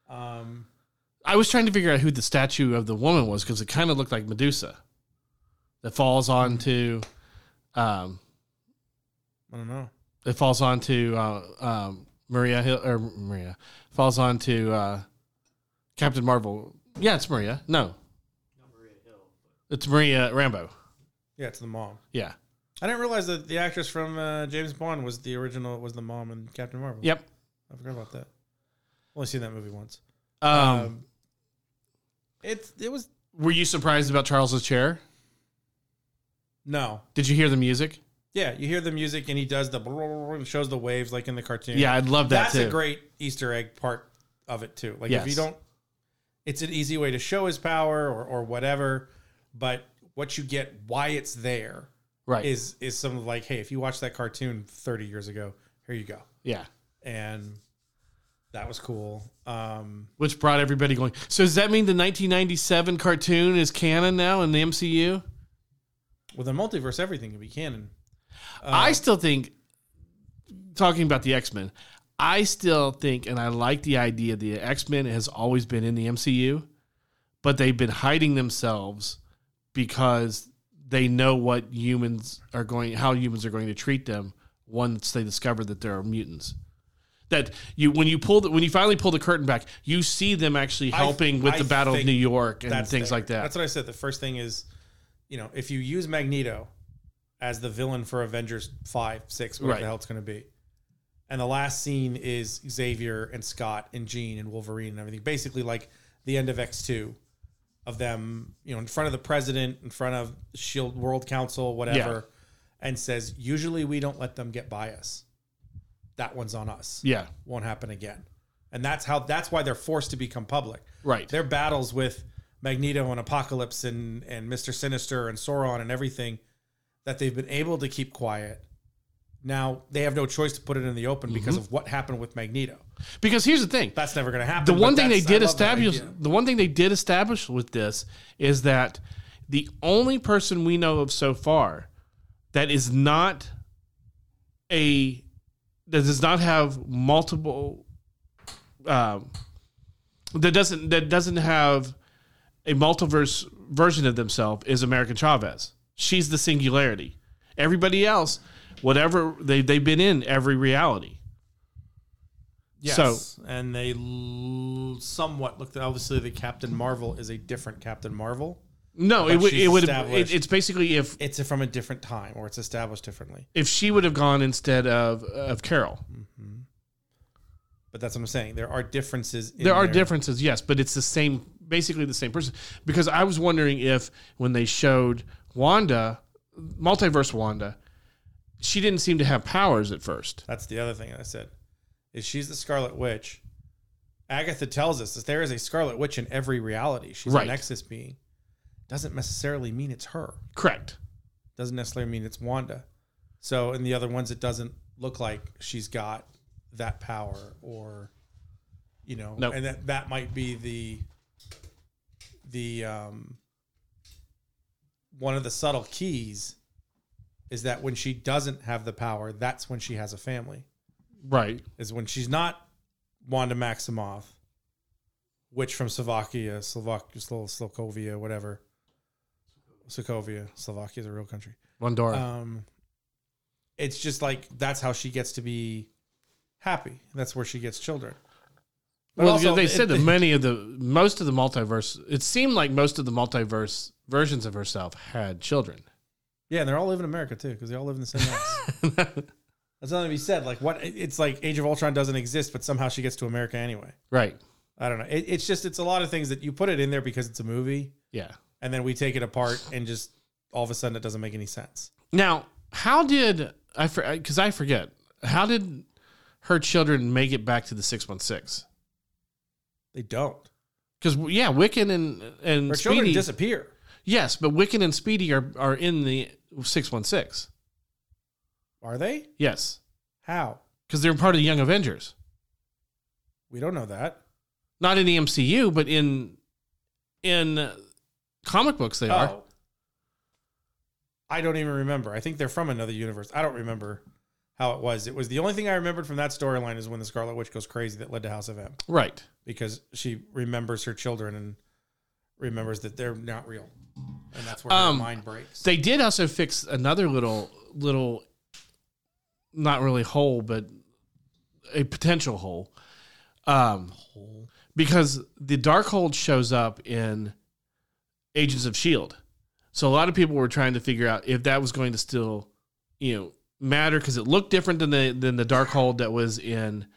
Um, I was trying to figure out who the statue of the woman was because it kind of looked like Medusa that falls onto, um, I don't know. it falls onto uh, um, Maria Hill or Maria falls onto uh, Captain Marvel. Yeah, it's Maria. No, Not Maria Hill. it's Maria Rambo. Yeah, it's the mom. Yeah. I didn't realize that the actress from uh, James Bond was the original was the mom in Captain Marvel. Yep. I forgot about that. Only seen that movie once. Um, Um, it's it was were you surprised about Charles's chair? no, Did you hear the music? yeah. You hear the music and he does the brrrr and shows the waves like in the cartoon. Yeah, I'd love that that's too. a great Easter egg part of it too. Like if you Yes. don't, it's an easy way to show his power or or whatever. But what you get, why it's there, right. is is some of like, hey, if you watch that cartoon thirty years ago, here you go, yeah. and that was cool. Um, Which brought everybody going. So does that mean the 1997 cartoon is canon now in the MCU? with a multiverse, everything can be canon. I Uh. still think, talking about the X Men, I still think, and I like the idea the X Men has always been in the MCU, but they've been hiding themselves because they know what humans are going, how humans are going to treat them once they discover that there are mutants. That you when you pull the, when you finally pull the curtain back, you see them actually I- helping with I the Battle of think New York and That's things there. like that. That's what I said. The first thing is, you know, if you use Magneto as the villain for Avengers five, six, whatever the Right. hell it's going to be, and the last scene is Xavier and Scott and Jean and Wolverine and everything, basically like the end of X two, of them, you know, in front of the president, in front of Shield E World Council, whatever, and says, usually we don't let them get by us. That one's on us. yeah, Won't happen again. And that's how. That's why they're forced to become public right. their battles with Magneto and Apocalypse and and Mister Sinister and Sauron and everything that they've been able to keep quiet. Now they have no choice to put it in the open Mm-hmm. because of what happened with Magneto. Because here's the thing: That's never going to happen. the but one thing they that's- I did love that establish idea. the one thing they did establish with this is that the only person we know of so far that is not a that does not have multiple um, that doesn't that doesn't have a multiverse version of themselves is American Chavez. She's the singularity. Everybody else, whatever they they've been in every reality. Yes, and they l- somewhat looked. Obviously, the Captain Marvel is a different Captain Marvel. No, it But would she's it would it, established. it's basically if It's from a different time, or it's established differently. if she would have gone instead of of Carol. But that's what I'm saying. There are differences. In there are differences, yes, but it's the same, basically the same person. Because I was wondering if when they showed Wanda, multiverse Wanda, she didn't seem to have powers at first. That's the other thing I said. Is she's the Scarlet Witch? Agatha tells us that there is a Scarlet Witch in every reality. She's Right. a Nexus being. Doesn't necessarily mean it's her. Correct. Doesn't necessarily mean it's Wanda. So in the other ones, it doesn't look like she's got that power, or you know, No. and that that might be the the um one of the subtle keys is that when she doesn't have the power, that's when she has a family Right. is when she's not Wanda Maximoff, witch from Slovakia, Slovakia, Slo- Slovakia, whatever. Sokovia, Slovakia is a real country. Wandora. Um, it's just like that's how she gets to be happy. That's where she gets children. But well, also, they it- said that many of the most of the multiverse. It seemed like most of the multiverse versions of herself had children. Yeah, and they're all living in America too because they all live in the same house. That's nothing to be said. Like what? it- It's like Age of Ultron doesn't exist, but somehow she gets to America anyway. right. I don't know. It, it's just it's a lot of things that you put it in there because it's a movie. Yeah. and then we take it apart and just all of a sudden it doesn't make any sense. Now, how did I? Because I forget. How did her children make it back to the six one six? They don't. Because yeah, Wiccan and and Her children Speedy. disappear. yes, but Wiccan and Speedy are are in the six one six. Are they? Yes, How? because they're part of the Young Avengers. We don't know that. Not in the MCU, but in in uh, comic books they are. Oh. I don't even remember. I think they're from another universe. I don't remember how it was. It was the only thing I remembered from that storyline is when the Scarlet Witch goes crazy that led to House of M Right. because she remembers her children and remembers that they're not real. And that's where Um, her mind breaks. They did also fix another little little not really hole, but a potential hole. Um because the Darkhold shows up in Agents of Shield. E So a lot of people were trying to figure out if that was going to still, you know, matter cuz it looked different than the than the Darkhold that was in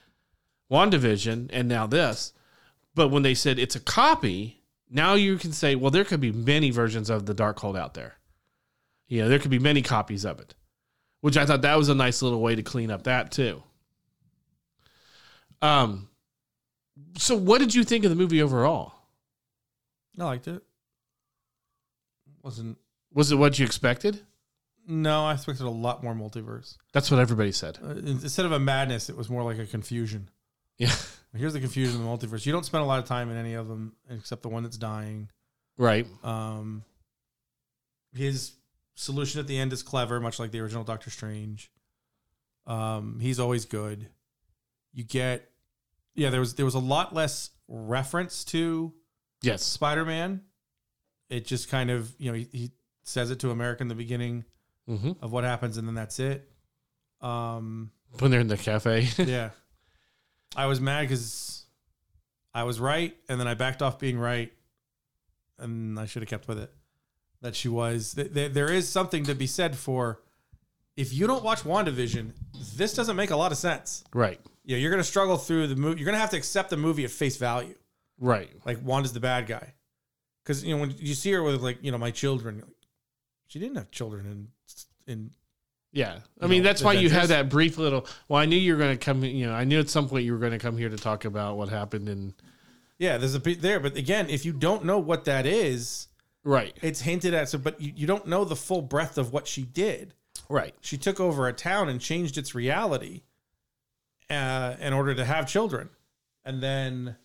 WandaVision and now this. But when they said it's a copy, now you can say, well, there could be many versions of the Darkhold out there. You know, there could be many copies of it, which I thought that was a nice little way to clean up that too. Um, so what did you think of the movie overall? I liked it. Wasn't Was it what you expected? no, I expected a lot more multiverse. That's what everybody said. Uh, in- instead of a madness, it was more like a confusion. Yeah, Here's the confusion of the multiverse. You don't spend a lot of time in any of them except the one that's dying. right. Um, his solution at the end is clever, much like the original Doctor Strange. Um, he's always good. You get, yeah. There was there was a lot less reference to Yes. Spider Man. It just kind of you know he, he says it to America in the beginning hmm of what happens, and then that's it. Um, When they're in the cafe. yeah. I was mad because I was right, and then I backed off being right, and I should have kept with it. That she was. Th- th- there is something to be said for if you don't watch WandaVision, this doesn't make a lot of sense. right. Yeah, you're going to struggle through the movie. You're going to have to accept the movie at face value. Right. Like, Wanda's the bad guy. Because, you know, when you see her with, like, you know, my children, like, she didn't have children in, in Yeah. I You mean, know, that's why you Avengers. had that brief little. Well, I knew you were going to come. You know, I knew at some point you were going to come here to talk about what happened in. yeah, there's a bit there. But again, if you don't know what that is, Right. it's hinted at so but you, you don't know the full breadth of what she did Right. she took over a town and changed its reality uh, in order to have children and then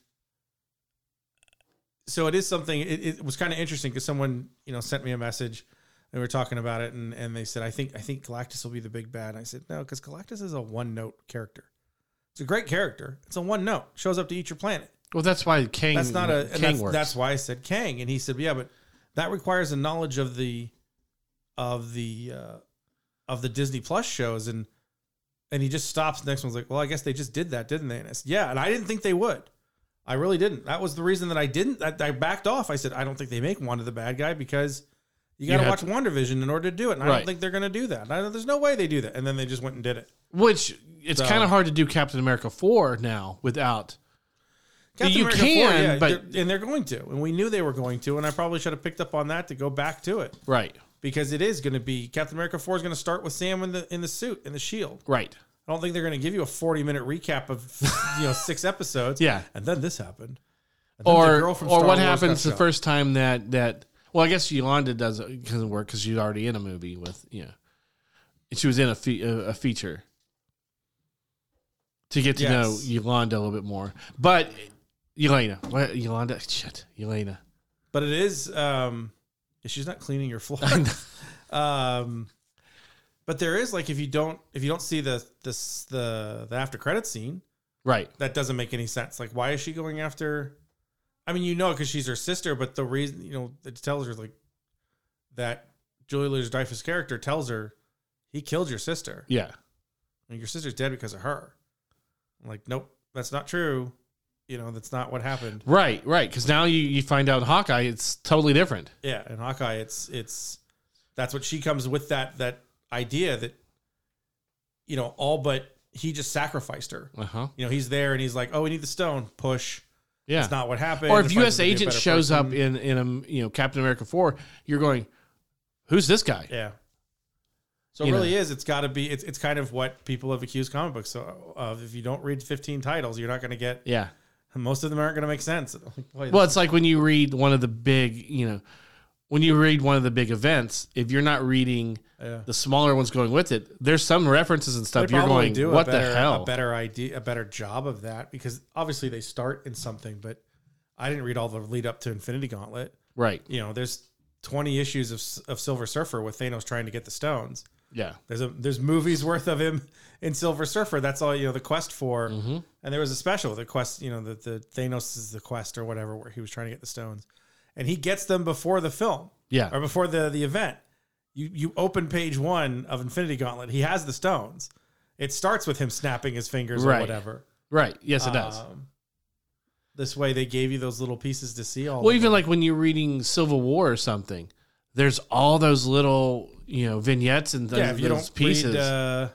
so it is something it, it was kind of interesting because someone you know sent me a message and we were talking about it and, and they said i think i think galactus will be the big bad and i said no because galactus is a one note character it's a great character it's a one note shows up to eat your planet Well, that's why Kang. that's not a and Kang that's, works. that's why I said Kang, and he said, yeah, but that requires a knowledge of the of the uh, of the Disney Plus shows, and and he just stops. The next one's like, well, I guess they just did that, didn't they? And I said, yeah, and I didn't think they would. I really didn't. That was the reason that I didn't. That I backed off. I said, I don't think they make Wanda the bad guy because You got to had watch Wonder Vision in order to do it. And I Right. don't think they're going to do that. I, there's no way they do that. And then they just went and did it. Which it's So- kind of hard to do Captain America four now without. Captain You America 4, can, yeah, but- they're- and they're going to, and we knew they were going to, and I probably should have picked up on that to go back to it Right. because it is going to be Captain America Four is going to start with Sam in the in the suit and the shield. Right. I don't think they're going to give you a forty minute recap of you know six episodes. Yeah. and then this happened, And then the Or girl or from Star what Wars happens got the shot. first time that that well I guess Yolanda does it doesn't work because she's already in a movie with you know, and she was in a fe- a, a feature to get to Yes. know Yolanda a little bit more, but. Yelena, what Yolanda? Shit, Yelena. But it is. Um, she's not cleaning your floor. um, but there is like if you don't if you don't see the this the the after credit scene, Right, that doesn't make any sense. Like, why is she going after? I mean, you know, because she's her sister, but the reason, you know, it tells her like that Julie Louis Dreyfus character tells her he killed your sister, yeah, and your sister's dead because of her. I'm like, nope, that's not true. You know, that's not what happened. right, right. Because now you, you find out in Hawkeye, it's totally different. Yeah, in Hawkeye, it's it's that's what she comes with that that idea that you know all but he just sacrificed her. Uh huh. You know, he's there and he's like, oh, we need the stone. Push. Yeah. That's not what happened. or It if finds U.S. him to be a agent better shows up person. in in a you know Captain America four, you're going, who's this guy? Yeah. So it You really is. It's got to be. It's it's kind of what people have accused comic books of. If you don't read 15 titles, you're not going to get. Yeah. Most of them aren't going to make sense. Boy, Well, it's like when you read one of the big, you know, when you read one of the big events, if you're not reading yeah. the smaller ones going with it, there's some references and They stuff you're probably going, do a what better- the hell? A better idea, a better job of that because obviously they start in something. But I didn't read all the lead up to Infinity Gauntlet. Right. You know, there's 20 issues of S- of Silver Surfer with Thanos trying to get the stones. Yeah. There's a there's movies worth of him in Silver Surfer. That's all you know. The quest for, Mm-hmm. and there was a special. The quest, you know, the the Thanos is the quest or whatever, where he was trying to get the stones, and he gets them before the film Yeah. or before the the event. You you open page one of Infinity Gauntlet. He has the stones. It starts with him snapping his fingers or Right. whatever. Right. Yes, it does. Um, this way, they gave you those little pieces to see all. Well, of even them. like when you're reading Civil War or something, there's all those little, you know, vignettes and those, yeah, if you those don't pieces. read. Uh,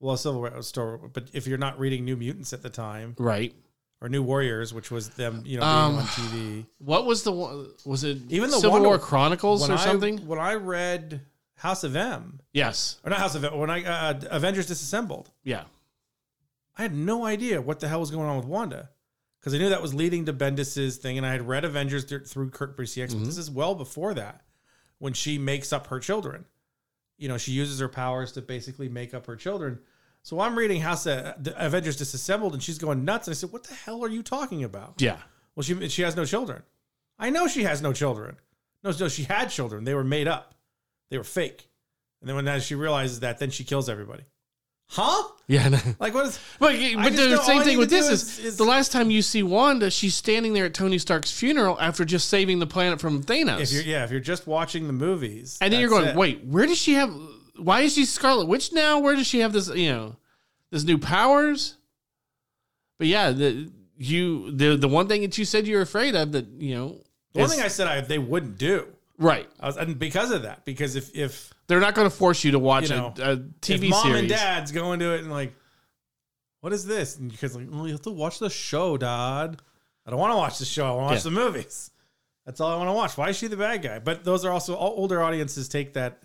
well, Silver Store, but if you're not reading New Mutants at the time, right. or New Warriors, which was them, you know, being Um, on TV. What was the one? Was it Even the Civil Wonder- War Chronicles or I, something? When I read House of M, yes. or not House of M, when I uh, Avengers Disassembled, Yeah. I had no idea what the hell was going on with Wanda because I knew that was leading to Bendis's thing, and I had read Avengers th- through Kurt Busiek. Mm-hmm. But this is well before that, when she makes up her children. You know, she uses her powers to basically make up her children. So I'm reading House of the Avengers Disassembled, and she's going nuts. And I said, "What the hell are you talking about?" Yeah. Well, she she has no children. I know she has no children. No, no, she had children. They were made up. They were fake. And then when as she realizes that, then she kills everybody. Huh? Yeah. Like what is? But, but just know the all same I need thing with to do this is, is- is- the last time you see Wanda, she's standing there at Tony Stark's funeral after just saving the planet from Thanos. If you're yeah, if you're just watching the movies, and then you're that's going, it. wait, where does she have? Why is she Scarlet Witch now? Where does she have this? You know, this new powers. But yeah, the you the the one thing that you said you're afraid of that you know. The one is- thing I said I they wouldn't do. right, I was, and because of that, because if if, they're not going to force you to watch You know, a, a if TV mom series. and dad's going to it and like, what is this? And your kid's like, well, you have to watch the show, Dad. I don't want to watch the show. I want to watch Yeah. the movies. That's all I want to watch. Why is she the bad guy? But those are also all older audiences take that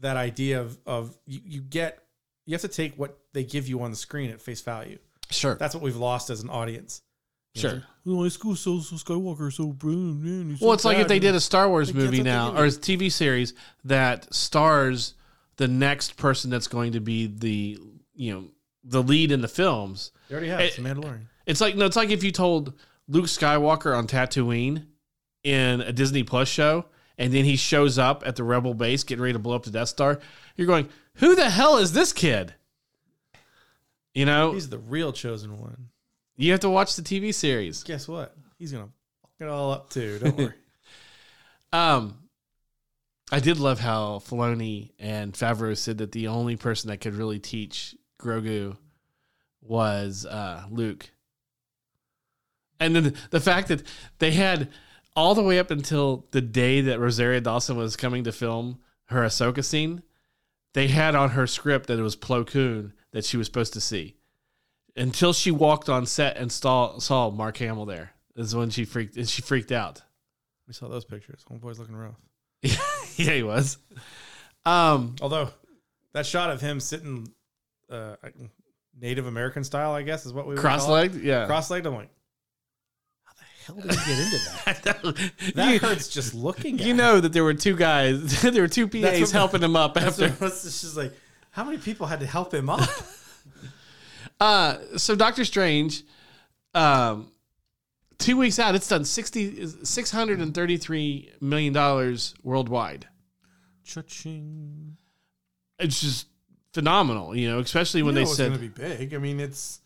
that idea of of you, you get you have to take what they give you on the screen at face value. Sure, That's what we've lost as an audience. sure. Oh, high school so, so Skywalker so brilliant. Man, he's so Well, it's like bad, if they and- did a Star Wars Like, that's movie what they now do. or a TV series that stars the next person that's going to be the you know the lead in the films. They already have It- it's the Mandalorian. It's like no, it's like if you told Luke Skywalker on Tatooine in a Disney Plus show, and then he shows up at the Rebel base getting ready to blow up the Death Star. You're going, who the hell is this kid? You know, He's the real chosen one. you have to watch the TV series. Guess what? He's gonna fuck it all up too. Don't worry. Um, I did love how Filoni and Favreau said that the only person that could really teach Grogu was uh, Luke, and then the fact that they had all the way up until the day that Rosaria Dawson was coming to film her Ahsoka scene, they had on her script that it was Plo Koon that she was supposed to see. Until she walked on set and saw, saw Mark Hamill there, is when she freaked and she freaked out. We saw those pictures. Homeboy's looking rough. yeah, he was. Um, Although that shot of him sitting uh, Native American style, I guess, is what we would call it. cross-legged, yeah. Cross-legged. I'm like, How did we get into that? that you, hurts just looking at. you know that there were two guys, there were two That's PAs what- helping him up That's after. what- that's just she's like, how many people had to help him up? Uh, so Doctor Strange, um, two weeks out, it's done 60, 633 million dollars worldwide. Cha-ching. It's just phenomenal, you know, especially when You know they it's said going to be big. I mean, it's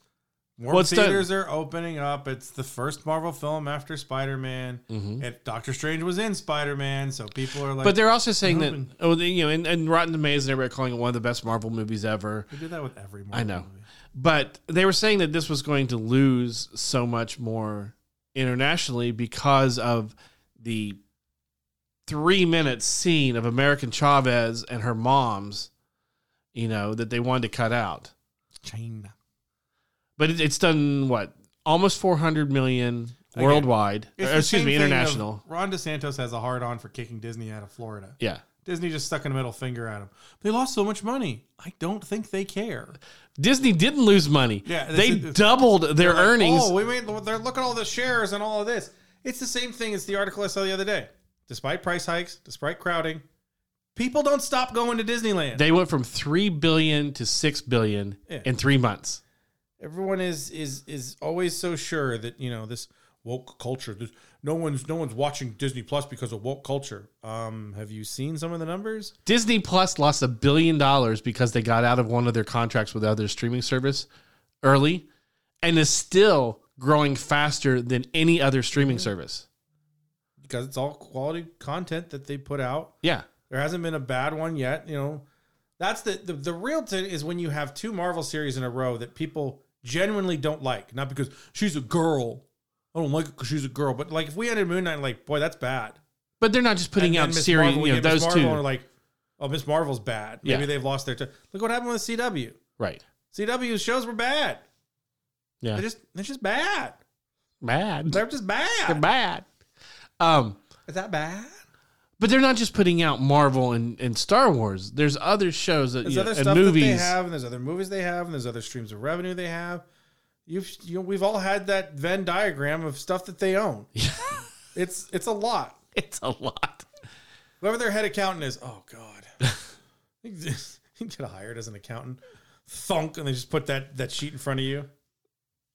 more Well, it's done. theaters are opening up. It's the first Marvel film after Spider Man, Mhm. and Doctor Strange was in Spider Man, so people are like, But they're also saying that, Ruben. oh, they- you know, and, and Rotten Tomatoes and everybody calling it one of the best Marvel movies ever. they do that with every Marvel I know. movie. But they were saying that this was going to lose so much more internationally because of the three minute scene of American Chavez and her mom's, you know, that they wanted to cut out. China. But it, it's done what? Almost 400 million Again, worldwide. It's Or, the excuse same me, thing of international. Ron DeSantis has a hard on for kicking Disney out of Florida. Yeah. Disney just stuck a middle finger at him. They lost so much money. I don't think they care. Disney didn't lose money. Yeah, they it's- it's- doubled their Like, earnings. Oh, we made. They're looking at all the shares and all of this. It's the same thing as the article I saw the other day. Despite price hikes, despite crowding, people don't stop going to Disneyland. They went from three billion to six billion Yeah. in three months. Everyone is is is always so sure that you know this woke culture. This, no one's no one's watching Disney Plus because of woke culture. Um, have you seen some of the numbers? Disney Plus lost a billion dollars because they got out of one of their contracts with the other streaming service early, and is still growing faster than any other Mm-hmm. streaming service. Because it's all quality content that they put out. Yeah, There hasn't been a bad one yet. You know, that's the the, the real thing is when you have two Marvel series in a row that people genuinely don't like, not because she's a girl. I don't like it because she's a girl, but like if we ended Moon Knight, like boy, that's bad. but they're not just putting And out then Miss series. Marvel, we you know, get Miss those Marvel two, and we're like, oh, Miss Marvel's bad. Maybe Yeah. they've lost their. T- Look what happened with CW. right? CW shows were bad. Yeah, They're just they're just bad. bad. They're just They're bad. bad. Um, Is that bad? but they're not just putting out Marvel and, and Star Wars. There's other shows that, There's you know, other and stuff movies. that they have, and there's other movies they have, and there's other streams of revenue they have. You've you know, we've all had that Venn diagram of stuff that they own. it's it's a lot. It's a lot. Whoever their head accountant is, oh god, he get hired as an accountant. Thunk, and they just put that that sheet in front of you.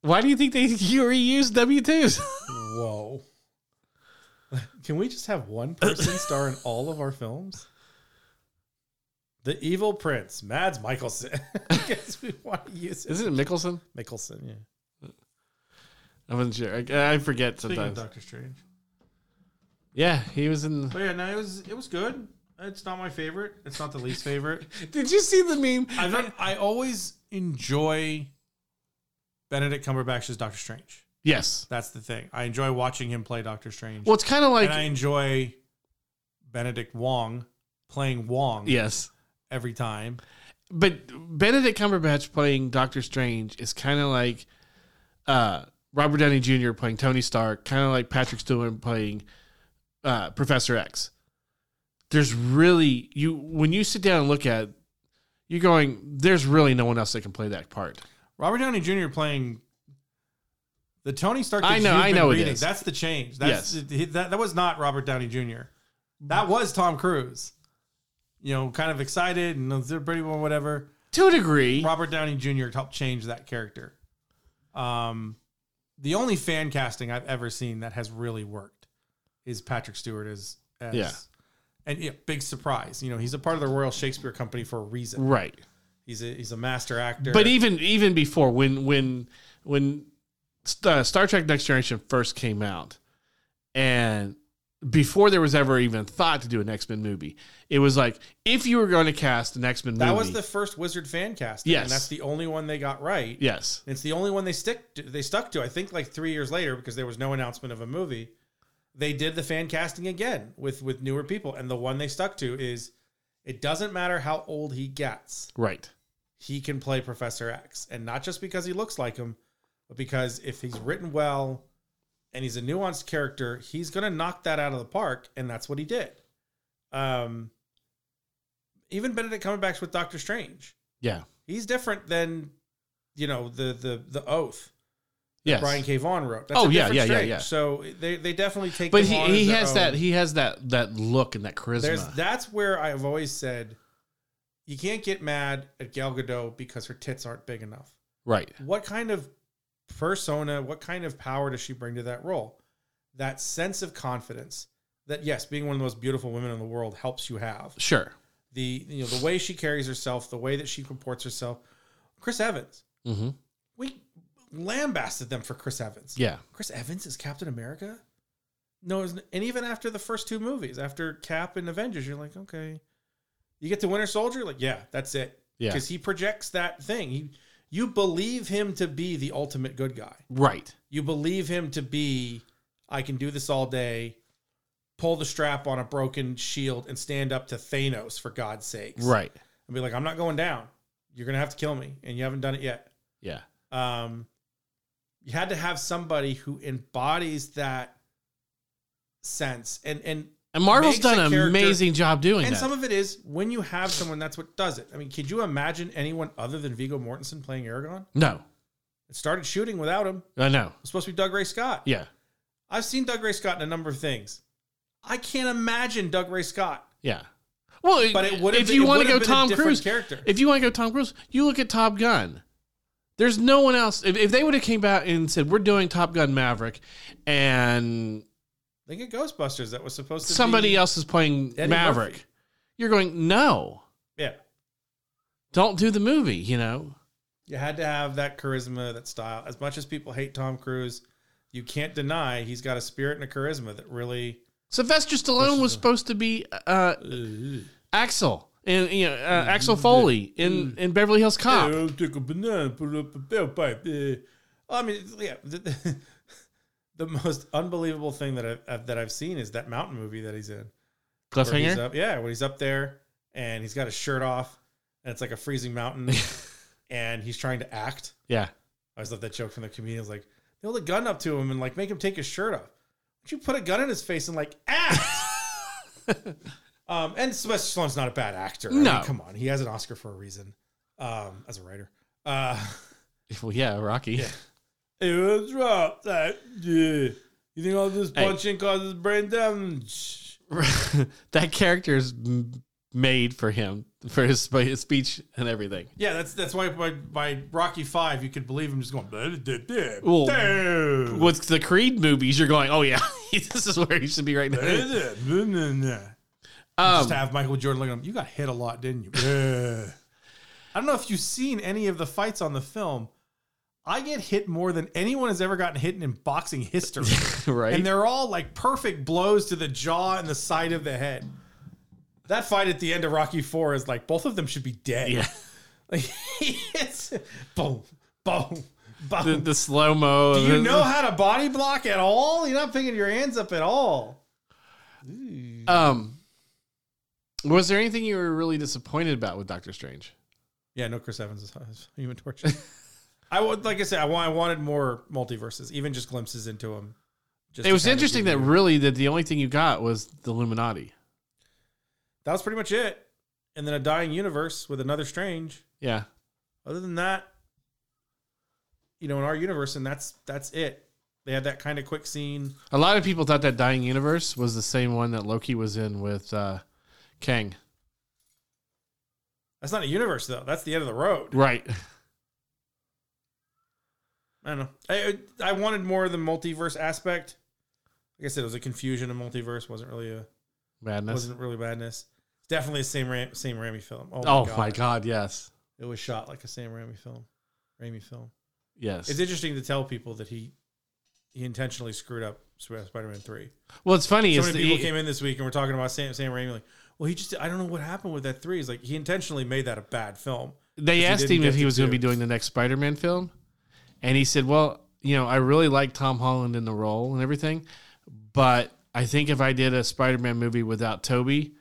Why do you think they you reuse W twos? Whoa. Can we just have one person star in all of our films? The Evil Prince, Mads Mikkelsen. I guess we want to use it. Isn't it Mickelson? Mikkelsen, yeah. I wasn't sure. I, I forget Speaking of sometimes. Doctor Strange. Yeah, he was in. But yeah, no, it was it was good. It's not my favorite. It's not the least favorite. Did you see the meme? I don't- I always enjoy Benedict Cumberbatch's Doctor Strange. Yes. That's the thing. I enjoy watching him play Doctor Strange. Well, it's kind of like and I enjoy Benedict Wong playing Wong yes, every time. but Benedict Cumberbatch playing Doctor Strange is kind of like uh, Robert Downey Jr. playing Tony Stark, kind of like Patrick Stewart playing uh, Professor X. There's really you when you sit down and look at, it, you're going. There's really no one else that can play that part. Robert Downey Jr. playing the Tony Stark. I that know- you've I been know it reading, is. That's the change. That's Yes. he- that, that was not Robert Downey Jr. That was Tom Cruise. You know, kind of excited and they're pretty well, whatever. To a degree, Robert Downey Jr. helped change that character. Um, the only fan casting I've ever seen that has really worked is Patrick Stewart as, as Yeah. and yeah, big surprise. You know, he's a part of the Royal Shakespeare Company for a reason. right? He's a he's a master actor. But even even before when when when St- uh, Star Trek Next Generation first came out, and before there was ever even thought to do an X Men movie, it was like if you were going to cast an X Men movie, That was the first Wizard fan casting, Yes. and that's the only one they got right. yes, And it's the only one they stick to, they stuck to. I think like three years later because there was no announcement of a movie. they did the fan casting again with with newer people, and the one they stuck to is it doesn't matter how old he gets, Right. he can play Professor X, and not just because he looks like him, but because if he's written well and he's a nuanced character, he's gonna knock that out of the park, and that's what he did. Um, even Benedict Cumberbatch with Doctor Strange, Yeah. he's different than you know the the the oath. Yes. Brian K. Vaughan wrote. Oh, yeah, a different yeah, yeah, Strange. yeah. So they, they definitely take. but them he, on as he their has own. that he has that that look and that charisma. uh, um, There's that's where I've always said, you can't get mad at Gal Gadot because her tits aren't big enough. right. What kind of persona? What kind of power does she bring to that role? That sense of confidence that yes, being one of the most beautiful women in the world helps you have Sure. the you know the way she carries herself, the way that she comports herself. Chris Evans, Mm-hmm. we lambasted them for Chris Evans. Yeah. Chris Evans is Captain America? No, it wasn't- and even after the first two movies, after Cap and Avengers, you're like, okay. You get to Winter Soldier, like, yeah, that's it. Yeah. Because he projects that thing. He, you believe him to be the ultimate good guy. Right. You believe him to be, I can do this all day, pull the strap on a broken shield and stand up to Thanos, for God's sakes. Right. And be like, I'm not going down. You're going to have to kill me. And you haven't done it yet Yeah. um, you had to have somebody who embodies that sense and and And Marvel's Makes a done an character- amazing job doing and that. some of it is when you have someone that's what does it i mean could you imagine anyone other than vigo mortensen playing aragon no. it started shooting without him I know. it's supposed to be doug ray scott Yeah. i've seen doug ray scott in a number of things i can't imagine doug ray scott Yeah. Well, but it would if you want to go Tom different Cruise, character if you want to go Tom Cruise, you look at Top Gun. There's no one else. If, if they would have came out and said we're doing Top Gun Maverick, and think of ghostbusters that was supposed to somebody be, else is playing Eddie Maverick, Murphy. you're going no, yeah don't do the movie. You know, You had to have that charisma, that style. As much as people hate Tom Cruise, you can't deny he's got a spirit and a charisma that really. Sylvester Stallone was supposed to be uh, Axel and you know uh, Axel Foley Mm. in in Beverly Hills Cop. take a banana, put it up a bell pipe. eh. I mean, it's- yeah. The, the, the most unbelievable thing that I've, I've- that I've seen is that mountain movie that he's in. where he's Cliffhanger. up, yeah, when he's up there and he's got his shirt off, and it's like a freezing mountain, and he's trying to act. Yeah. I always love that joke from the comedians like, they hold a gun up to him and like make him take his shirt off. Why don't you put a gun in his face and like act? um, and Sylvester Stallone's not a bad actor. I mean, No. come on, he has an Oscar for a reason. Um, as a writer, uh, Well, yeah, Rocky. it was rough. Like, yeah. You think all this Hey. punching causes brain damage? that character is m- made for him for his, sp- his speech and everything. Yeah, that's that's why by, by Rocky Five you could believe him just going. "Blah, blah, blah, Well, blah." With the Creed movies, you're going, oh yeah, this is where he should be right now. Blah, blah, blah. Um, just have Michael Jordan look at him. You got hit a lot, didn't you? Yeah. I don't know if you've seen any of the fights on the film. I get hit more than anyone has ever gotten hit in boxing history. right? And they're all like perfect blows to the jaw and the side of the head. That fight at the end of Rocky Four is like both of them should be dead. yeah. Like it's boom, boom, boom. The, the slow mo. Do you know how to body block at all? You're not picking your hands up at all. Um, was there anything you were really disappointed about with Doctor Strange? Yeah, no Chris Evans is is human torture. I would, like I said, I, wa- I wanted more multiverses, even just glimpses into them. Just It to was kind of interesting give that you- really that the only thing you got was the Illuminati. that was pretty much it, and then a dying universe with another Strange. Yeah. Other than that, you know, in our universe, and that's that's it. They had that kind of quick scene. A lot of people thought that Dying Universe was the same one that Loki was in with uh, Kang. That's not a universe though. That's the end of the road. Right. I don't know. I I wanted more of the multiverse aspect. Like I said, it was a confusion of multiverse. wasn't really a Madness. wasn't really badness. Definitely a same Ram, same Raimi film. Oh my, oh god. my God. Yes. It was shot like a Sam Raimi film. Raimi film. Yes. It's interesting to tell people that he he intentionally screwed up Sp- Spider-Man 3. well, it's funny. So is many the- people came in this week and we're talking about Sam, Sam Raimi like, well, he just I don't know what happened with that 3. He's like he intentionally made that a bad film. they asked didn't him get if he to was going do. to be doing the next Spider-Man film, and he said, "Well, you know, I really like Tom Holland in the role and everything, but I think if I did a Spider-Man movie without Toby,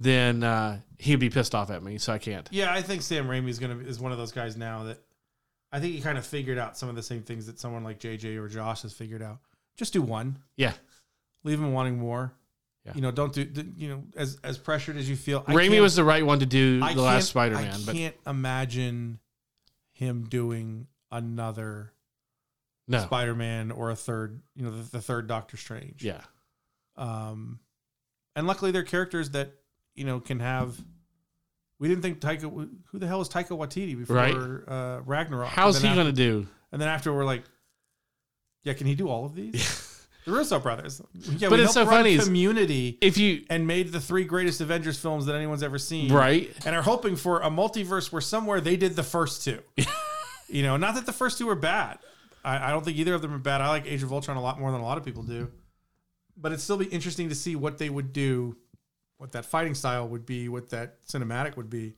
then uh, he'd be pissed off at me, so I can't. Yeah, I think Sam Raimi is gonna is one of those guys now that I think he kind of figured out some of the same things that someone like JJ or Josh has figured out. Just do one. Yeah. Leave him wanting more. Yeah. You know, don't do th- you know as as pressured as you feel. I Raimi can't- was the right one to do I the last can't- Spider-Man, I but can't imagine him doing another no, Spider-Man or a third, you know, the, the third Doctor Strange. yeah, Um, and luckily, they're characters that you know can have. We didn't think Taika. Who the hell is Taika Waititi before Right. uh, Ragnarok? how's And he then gonna after- do? And then after we're like, yeah, can he do all of these? the Russo brothers. Yeah, But we it's helped so run funny is- Community If you and made the three greatest Avengers films that anyone's ever seen. right, And are hoping for a multiverse where somewhere they did the first two. you know, not that the first two are bad. I, I don't think either of them are bad. I like Age of Ultron a lot more than a lot of people do. But it'd still be interesting to see what they would do, what that fighting style would be, what that cinematic would be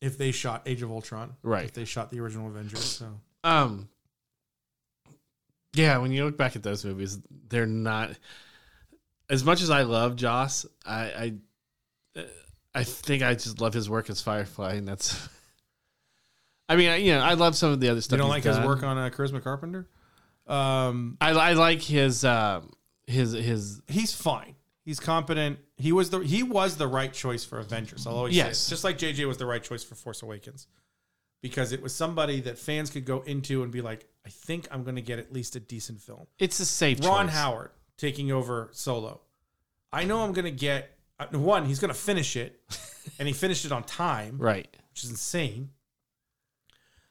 if they shot Age of Ultron, right, if they shot the original Avengers. So um, yeah. When you look back at those movies, they're not as much as I love Joss. I, I, I think I just love his work as Firefly, and that's. I mean, I, you know, I love some of the other stuff. you don't he's like his done. work on uh, Charisma Carpenter? Um, I, I like his um his his he's fine. He's competent. He was the he was the right choice for Avengers. I'll always say Yes. it. just like JJ was the right choice for Force Awakens, because it was somebody that fans could go into and be like, I think I'm going to get at least a decent film. it's a safe Ron choice. Howard taking over Solo. I know I'm going to get uh, one. He's going to finish it, and he finished it on time, right which is insane.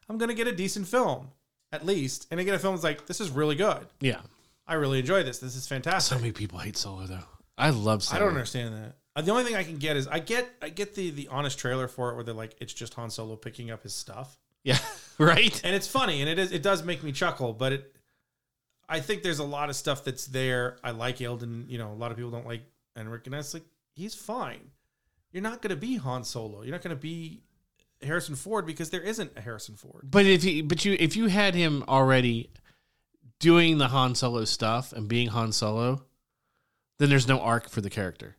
I'm going to get a decent film at least, and I get a film that's like, this is really good. yeah I really enjoy this. This is fantastic. so many people hate Solo though I love Solo I don't understand that. Uh, The only thing I can get is I get I get the the honest trailer for it where they're like it's just Han Solo picking up his stuff, yeah right and it's funny and it is it does make me chuckle, but it I think there's a lot of stuff that's there. I like Eldon, you know, a lot of people don't like Enric, and that's like he's fine. You're not going to be Han Solo. You're not going to be Harrison Ford because there isn't a Harrison Ford. but if you but you if you had him already doing the Han Solo stuff and being Han Solo then there's no arc for the character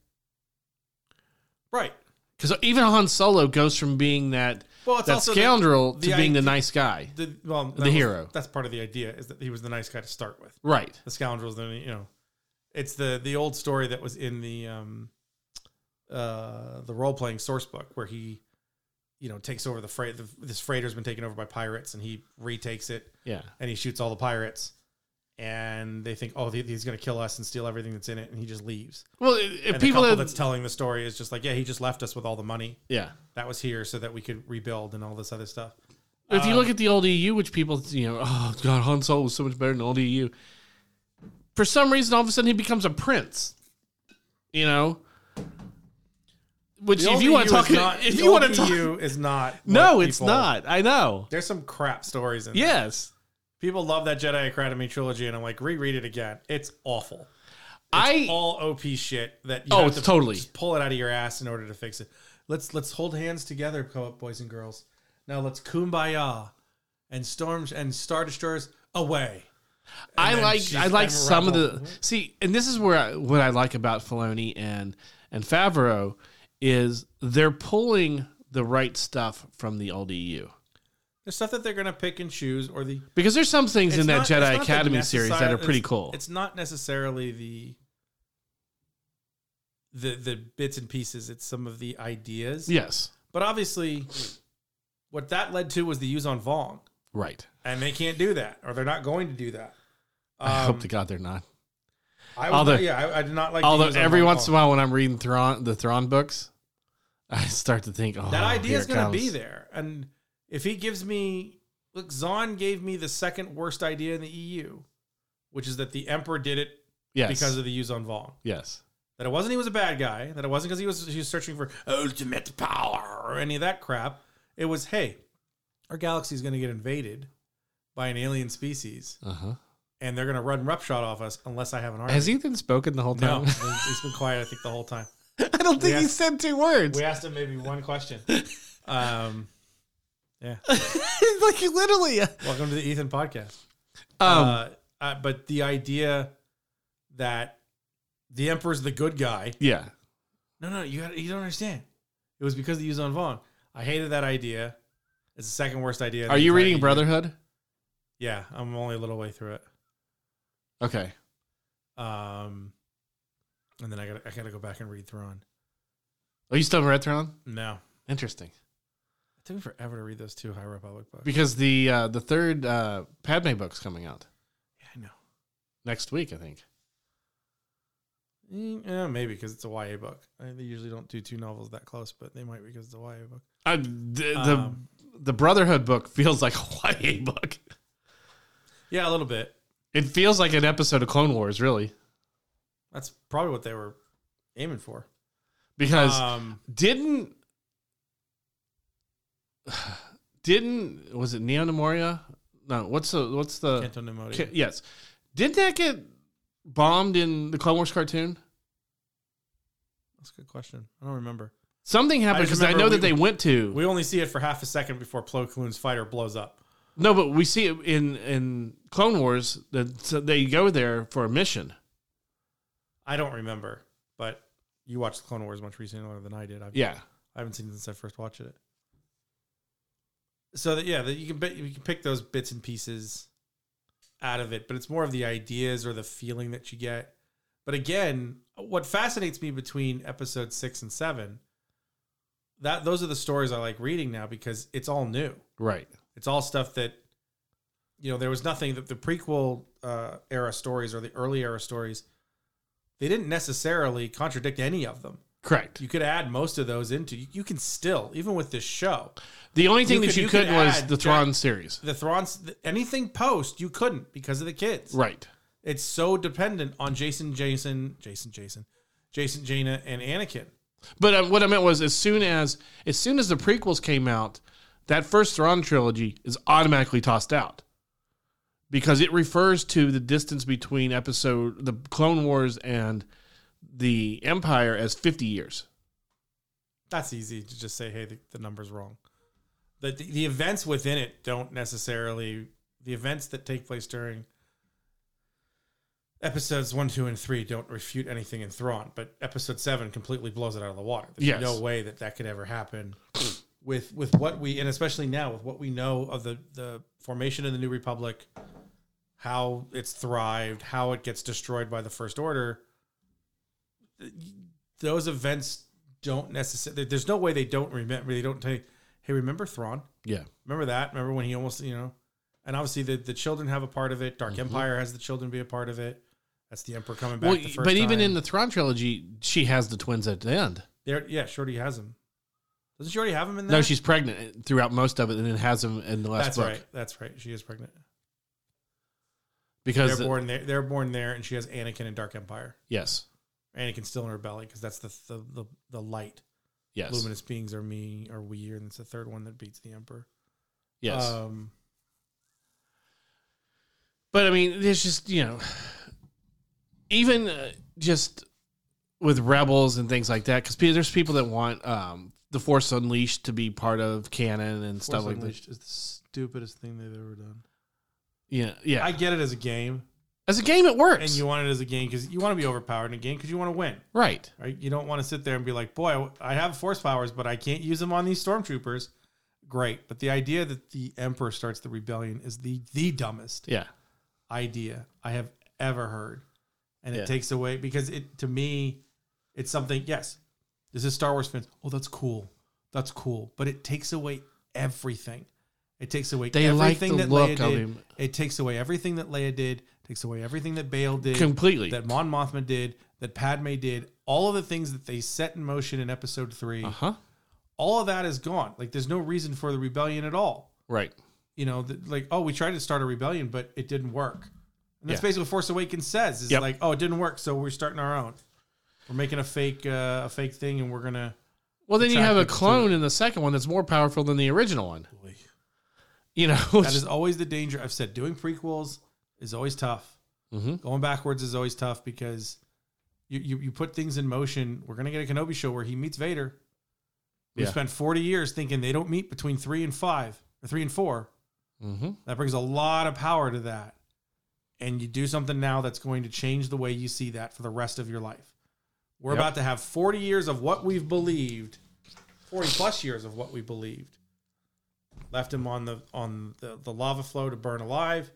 Right. because even Han Solo goes from being that Well, it's that also the- scoundrel the to being the idea- nice guy The, well, that The was- hero. That's part of the idea is that he was the nice guy to start with. right the scoundrels then you know it's the the old story that was in the um uh the role playing source book where he you know takes over the freight the, this freighter's been taken over by pirates and he retakes it yeah and he shoots all the pirates and they think oh he- he's going to kill us and steal everything that's in it and he just leaves well if and people people the couple had- that's telling the story is just like yeah he just left us with all the money yeah that was here so that we could rebuild and all this other stuff If Um, you look at the old EU, which people, you know, oh god, Han Solo was so much better than old EU. For some reason, all of a sudden, he becomes a prince. You know, which The if you old want EU to talk, is not- if the you old E want to talk, EU is not what no, it's people- not. I know. there's some crap stories in there. Yes, People love that Jedi Academy trilogy, and I'm like, reread it again. It's awful. I All OP shit that you Oh, have it's to totally. just pull it out of your ass in order to fix it. Let's let's hold hands together, co-op boys and girls. Now let's kumbaya and storms and star destroyers away. I then like she's I like Emma some of Russell. the see, and this is where I, what I like about Filoni and and Favreau is they're pulling the right stuff from the old E EU. There's stuff that they're gonna pick and choose, or the Because there's some things in that It's not- it's Jedi not the Academy series that necessar- are pretty it's- cool. It's not necessarily the the the bits and pieces. It's some of the ideas. Yes, But obviously, what that led to was the use on Vong, right. and they can't do that, or they're not going to do that. Um, I hope to God they're not. I although- would, yeah, I, I did not like. the Although use on every Vong once in a Vong. while, when I'm reading Thrawn, the Thrawn books, I start to think, "Oh, that idea here is it going to comes. be there, and if he gives me, look, Zahn gave me the second worst idea in the EU, which is that the Emperor did it Yes, because of the use on Vong. yes, That it wasn't he was a bad guy. That it wasn't because he was he was searching for ultimate power or any of that crap. It was hey, our galaxy is going to get invaded by an alien species, uh huh. and they're going to run roughshod off us unless I have an army. Has Ethan spoken the whole time? No, he's been quiet. I think the whole time. I don't think We he have- said two words. We asked him maybe one question. Um, It's like literally. Um, welcome to the Ethan Uh, podcast. uh, uh, but the idea that the Emperor's the good guy. Yeah. No, no, you got you don't understand. It was because they used on Vaughn. I hated that idea. It's the second worst idea. in Are the you entire reading year. Brotherhood? Yeah, I'm only a little way through it. Okay. Um, and then I got I gotta go back and read Thrawn. Are Oh, you still in Red Throne? No, it Interesting. took me forever to read those two High Republic books. Because the uh, the third uh, Padme book's coming out yeah, I know. next week, I think. Mm, yeah, maybe because it's a YA book. I, they usually don't do two novels that close, but they might because it's a YA book. I, Uh, the, Um, the the Brotherhood book feels like a YA book. yeah, a little bit. It feels like an episode of Clone Wars, really, That's probably what they were aiming for. because Um, didn't didn't was it Neo Nemoria? No, what's the what's the Canto Nemoti. uh, Ca- yes? Didn't that get bombed in the Clone Wars cartoon? That's a good question. I don't remember. Something happened just because I, remember know that we- they went to. We only see it for half a second before Plo Koon's fighter blows up. no, but we see it in in Clone Wars that so they go there for a mission. I don't remember, but you watched Clone Wars much recently than I did. I've, Yeah, I haven't seen it since I first watched it. So that yeah, that you can bit- you can pick those bits and pieces out of it, but it's more of the ideas or the feeling that you get. But again, what fascinates me between episode six and seven, that those are the stories I like reading now because it's all new. right. It's all stuff that, you know, there was nothing that the prequel uh, era stories or the early era stories, they didn't necessarily contradict any of them. Correct. You could add most of those into. You, you can still, even with this show, The only thing that You could- you, you could couldn't was add the Jack- Thrawn series. the Thrawn's anything post you couldn't because of the kids. Right. It's so dependent on Jason, Jason, Jason, Jason, Jason, Jaina, and Anakin. But uh, what I meant was, as soon as as soon as the prequels came out, that first Thrawn trilogy is automatically tossed out because it refers to the distance between episode the Clone Wars and the Empire as fifty years. That's easy to just say, hey, the, the number's wrong. The, the the events within it don't necessarily the events that take place during episodes one, two, and three don't refute anything in Thrawn, but episode seven completely blows it out of the water. There's Yes. no way that that could ever happen with with what we and especially now with what we know of the the formation of the New Republic, how it's thrived, how it gets destroyed by the First Order. Those events don't necessarily. There's no way they don't remember. They don't take. Hey, remember Thrawn? Yeah. remember that remember when he almost you know and obviously the, the children have a part of it dark Mhm. empire has the children be a part of it that's the emperor coming back Well, the first but even time. in the Thrawn trilogy, she has the twins at the end. there yeah shorty has him doesn't she already have him in there No, she's pregnant throughout most of it, and then has them in the last that's book right that's right she is pregnant because they're born there they're born there and she has anakin and dark empire yes, anakin's still in her belly because that's the, the the the light yes, luminous beings are me or we and it's the third one that beats the emperor yes. um But I mean, there's just you know, even uh, just with rebels and things like that, because there's people that want um, the Force Unleashed to be part of canon and stuff like that. is the stupidest thing they've ever done Yeah, yeah. i get it as a game As a game, it works. and you want it as a game because you want to be overpowered in a game because you want to win right? Right? You don't want to sit there and be like, boy, I have force powers, but I can't use them on these stormtroopers. Great. But the idea that the Emperor starts the rebellion is the, the dumbest Yeah, idea I have ever heard. And Yeah. it takes away because it to me, it's something, yes, this is Star Wars fans. Oh, that's cool. That's cool. But it takes away everything. It takes away They like everything the that look Leia of did. him. It takes away everything that Leia did. Takes away everything that Bale did completely. that Mon Mothma did, that Padme did, all of the things that they set in motion in episode 3 Uh huh. all of that is gone. Like there's no reason for the rebellion at all. Right. You know, th- like oh, we tried to start a rebellion, but it didn't work. And that's Yeah. basically what Force Awakens says is Yep. like, oh, it didn't work, so we're starting our own. We're making a fake uh, a fake thing, and we're gonna. Well, then you have a Attracted to clone in the second one that's more powerful than the original one. You know. That is always the danger. I've said doing prequels is always tough. Mhm. Going backwards is always tough because you, you you put things in motion. We're gonna get a Kenobi show where he meets Vader. We Yeah. spent forty years thinking they don't meet between three and five or three and four. hmm That brings a lot of power to that. And you do something now that's going to change the way you see that for the rest of your life. We're Yep. about to have 40 years of what we've believed, 40 plus years of what we believed. Left him on the on the, the lava flow to burn alive,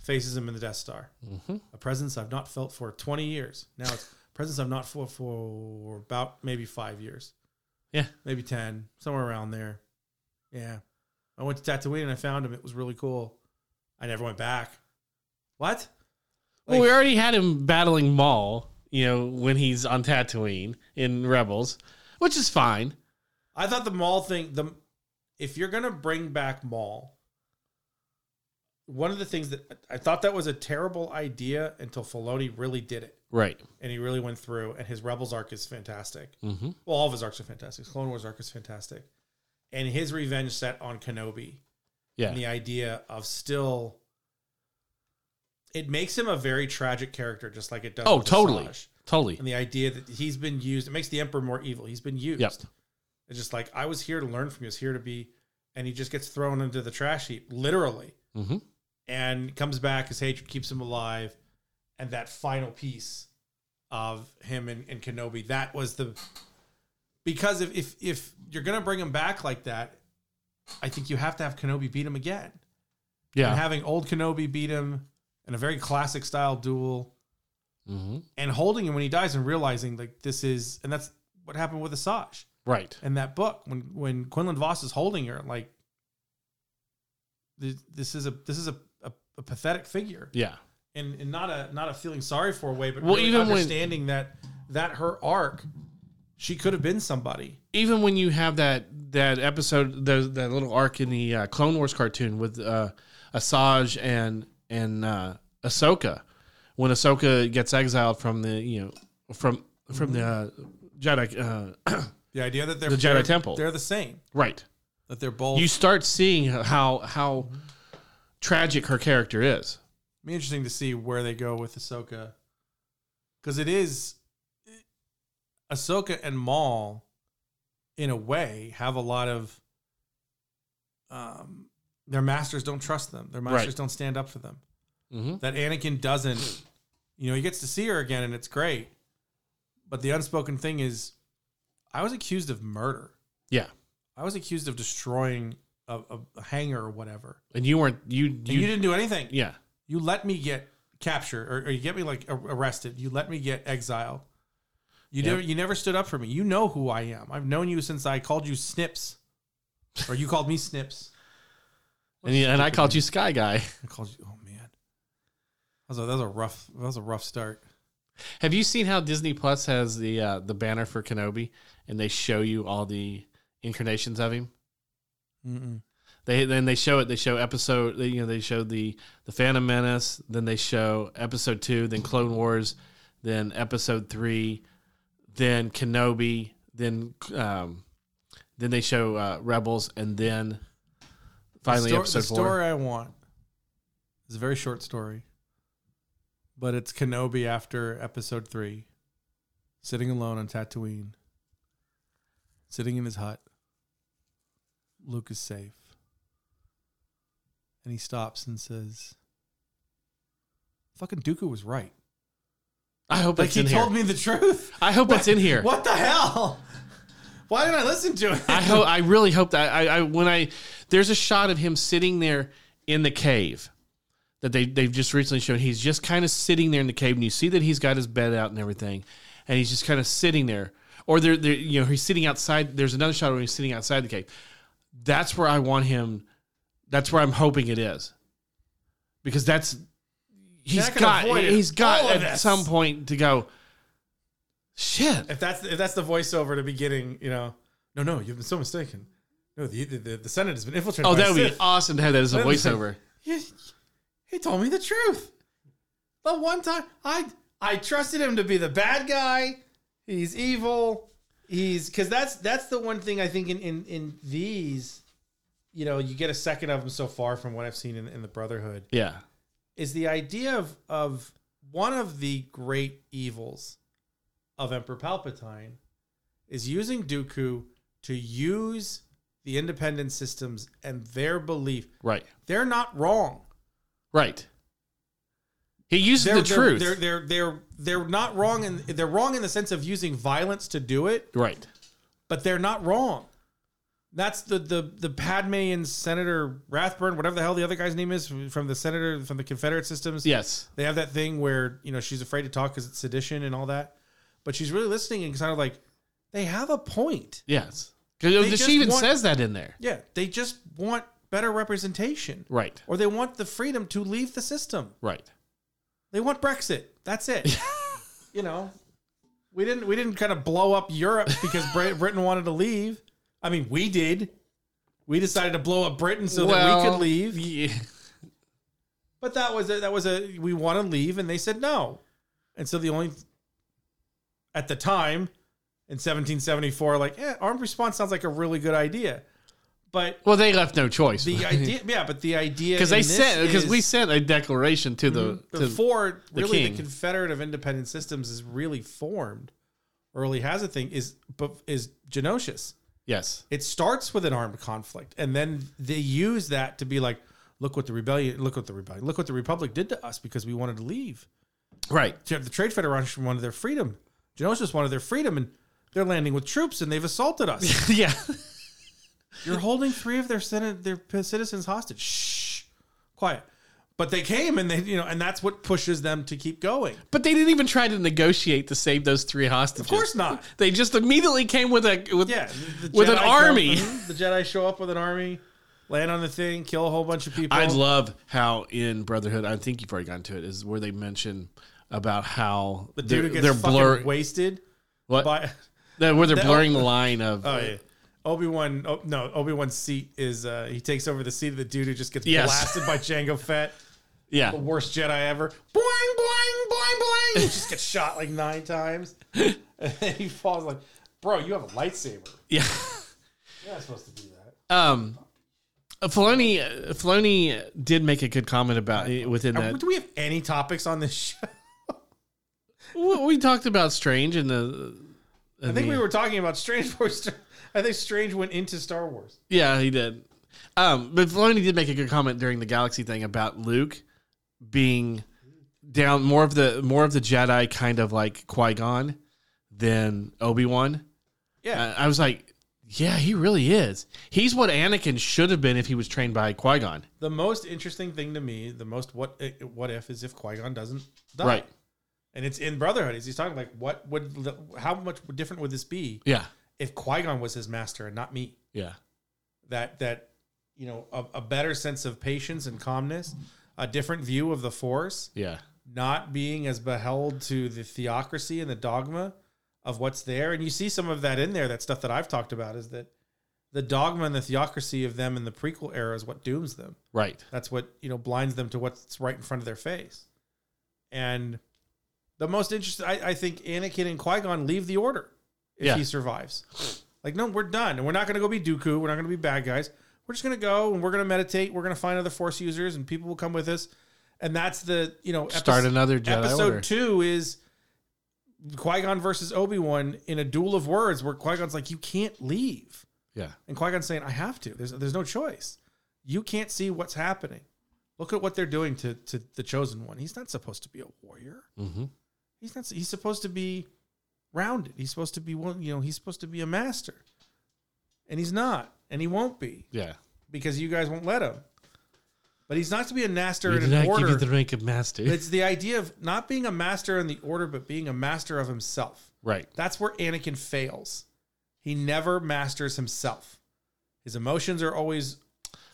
faces him in the Death Star. mm-hmm. A presence I've not felt for 20 years. Now it's a presence I've not felt for about maybe five years. Yeah. Maybe 10, somewhere around there. Yeah. I went to Tatooine and I found him. It was really cool. I never went back. What? Well, we already had him battling Maul, you know, when he's on Tatooine in Rebels, which is fine. I thought the mall thing. The if you're gonna bring back mall, one of the things that I thought that was a terrible idea until Filoni really did it, Right. and he really went through. And his Rebels arc is fantastic. Mm-hmm. Well, all of his arcs are fantastic. His Clone Wars arc is fantastic, and his revenge set on Kenobi Yeah. and the idea of still. It makes him a very tragic character, just like it does. Oh, with totally. Asajj. Totally. And the idea that he's been used, it makes the Emperor more evil. He's been used. Yep. It's just like I was here to learn from you. I was here to be, and he just gets thrown into the trash heap, literally, Mm-hmm. and comes back. His hatred keeps him alive, and that final piece of him and, and Kenobi that was the because if if if you're gonna bring him back like that, I think you have to have Kenobi beat him again. Yeah. And having old Kenobi beat him in a very classic style duel, mm-hmm. and holding him when he dies, and realizing like this is, and that's what happened with Asajj Right. in that book when when Quinlan Voss is holding her like this, this is a this is a, a, a pathetic figure Yeah. and, and not a not a feeling sorry for way but Well, really even when- understanding that that her arc she could have been somebody Even when you have that that episode, the, that little arc in the uh, Clone Wars cartoon with uh, Asajj and and uh, Ahsoka, when Ahsoka gets exiled from the you know from from the uh, Jedi, uh, the idea that they're The Jedi they're- Temple. they're the same right? that they're both You start seeing how how Mm-hmm. tragic her character is. be interesting to see where they go with Ahsoka because it is Ahsoka and Maul, in a way, have a lot of. Um, their masters don't trust them. Their masters Right. don't stand up for them. Mm-hmm. That Anakin doesn't. You know, he gets to see her again, and it's great. But the unspoken thing is, I was accused of murder. Yeah, I was accused of destroying a, a- a hangar or whatever. and you weren't you And you, you didn't do anything yeah you let me get captured or, or you get me like ar- arrested you let me get exiled you Yep. never you never stood up for me you know who i am i've known you since i called you snips or you called me snips and you, and I called you Sky Guy. i called you oh man that was a, that was a rough that was a rough start Have you seen how Disney Plus has the uh, the banner for Kenobi, and they show you all the incarnations of him? Mm-mm. They then they show it. They show episode. They, you know, they show the the Phantom Menace. Then they show episode two. Then Clone Wars. Then episode three. Then Kenobi. Then um, then they show uh, Rebels, and then finally the, episode the four. story i want is a very short story but it's kenobi after episode three sitting alone on tatooine sitting in his hut luke is safe and he stops and says fucking dooku was right I hope like it's he in here. told me the truth I hope it's in here. what the hell why didn't i listen to it I hope. I really hope that I, I when I there's a shot of him sitting there in the cave that they they've just recently shown. He's just kind of sitting there in the cave, and you see that he's got his bed out and everything, and he's just kind of sitting there. Or they're, they're you know he's sitting outside. There's another shot where he's sitting outside the cave. That's where I want him. That's where I'm hoping it is, because that's he's That can got avoid it. he's got All of at this. some point to go. Shit. if that's if that's the voiceover to beginning, you know, no, no, you've been so mistaken. No, the the, the, the Senate has been infiltrated. Oh, by that would be Sith. awesome to have that as a That would be- voiceover. He, he told me the truth. The one time I I trusted him to be the bad guy. He's evil. He's because that's that's the one thing I think in in in these, you know, you get a second of him so far from what I've seen in, in the Brotherhood Yeah. is the idea of of one of the great evils of Emperor Palpatine is using Dooku to use the independent systems and their belief. Right. They're not wrong. Right. He uses they're, the they're- truth. They're, they're they're they're not wrong in they're wrong in the sense of using violence to do it, right. but they're not wrong. That's the the the Padme and Senator Rathburn, whatever the hell the other guy's name is from the senator from the Confederate systems. Yes. they have that thing where you know she's afraid to talk because it's sedition and all that, but she's really listening and kind of like they have a point. Yes. They Because just she even want- says that in there. Yeah, they just want better representation, Right. or they want the freedom to leave the system. Right. They want Brexit. That's it. you know, we didn't we didn't kind of blow up Europe because Brit- Britain wanted to leave. I mean, we did. We decided to blow up Britain so that we could leave. Yeah. But that was a, that was a we want to leave, and they said no. And so the only at the time in 1774, like eh, armed response sounds like a really good idea, but Well, they left no choice. the idea, yeah, but the idea because they in this sent because is- Mm-hmm. we sent a declaration to the to before the really king. the Confederate of Independent Systems is really formed, or really has a thing is but is Genocious. yes It starts with an armed conflict, and then they use that to be like, look what the rebellion, look what the rebellion, look what the republic did to us because we wanted to leave. right The Trade Federation wanted their freedom. Genocious wanted their freedom, and they're landing with troops, and they've assaulted us. yeah You're holding three of their senate, their p- citizens hostage. Shh, quiet. But they came, and they you know, and that's what pushes them to keep going. but they didn't even try to negotiate to save those three hostages Of course not. they just immediately came with a with Yeah, the- the With an show- army. Mhm. the Jedi show up with an army, land on the thing, kill a whole bunch of people. I love how in Brotherhood I think you've already gotten to it is where they mention about how the dude who they're, gets they're fucking blurring wasted what by that- where they're that- blurring the line of oh yeah. Obi Wan, oh, no, Obi Wan's seat is uh, he takes over the seat of the dude who just gets Yes. blasted by Django Fett, yeah the worst Jedi ever. Boing, boing, boing, boing. He just gets shot like nine times, and then he falls like, bro, you have a lightsaber. yeah You're not supposed to do that. um Filoni Filoni did make a good comment about eh, within Are- that do we have any topics on this show? we, we talked about Strange and the I think we were talking about Strange. before Star- I think Strange went into Star Wars. Yeah, he did. Um, but Filoni did make a good comment during the Galaxy thing about Luke being down more of the more of the Jedi kind of like Qui Gon than Obi Wan. Yeah. I was like, yeah, he really is. He's what Anakin should have been if he was trained by Qui Gon. the most interesting thing to me, the most what eh, what if is if Qui Gon doesn't die, Right? And it's in Brotherhood. Is he's talking like what would how much different would this be Yeah, if Qui Gon was his master and not me? yeah, That that you know a, a better sense of patience and calmness, a different view of the Force, yeah, not being as beheld to the theocracy and the dogma of what's there. And you see some of that in there. That stuff that I've talked about is that the dogma and the theocracy of them in the prequel era is what dooms them. right. That's what you know blinds them to what's right in front of their face. And the most interesting, I, I think, Anakin and Qui Gon leave the Order if Yeah. he survives. Like, no, we're done, and we're not going to go be Dooku. We're not going to be bad guys. We're just going to go and we're going to meditate. We're going to find other Force users, and people will come with us. And that's the you know episode, Start another Jedi episode Order. two is Qui Gon versus Obi Wan in a duel of words where Qui Gon's like, "You can't leave." Yeah, And Qui Gon's saying, I have to. There's, there's no choice. You can't see what's happening. Look at what they're doing to, to the chosen one. He's not supposed to be a warrior. mm-hmm. He's not. He's supposed to be rounded. He's supposed to be one. You know, he's supposed to be a master, and he's not, and he won't be yeah. because you guys won't let him. But he's not to be a master We in did an not give order. you the rank of master. it's the idea of not being a master in the order, but being a master of himself. Right. That's where Anakin fails. He never masters himself. His emotions are always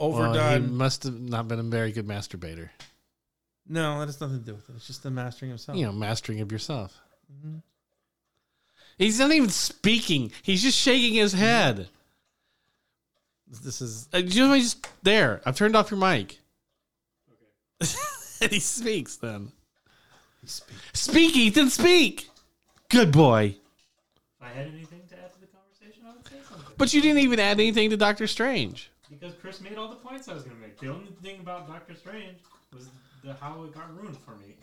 Well, he overdone. must have not been a very good masturbator. no, that has nothing to do with it. It's just the mastering himself. you know, mastering of yourself. Mm-hmm. He's not even speaking. He's just shaking his head. This is Uh, you know, he's just there. I've turned off your mic. and he speaks then. he speaks. Speak, Ethan, speak. Good boy. If I had anything to add to the conversation, I would say something. But you didn't even add anything to Doctor Strange. Because Chris made all the points I was going to make. The only thing about Doctor Strange was the how it got ruined for me.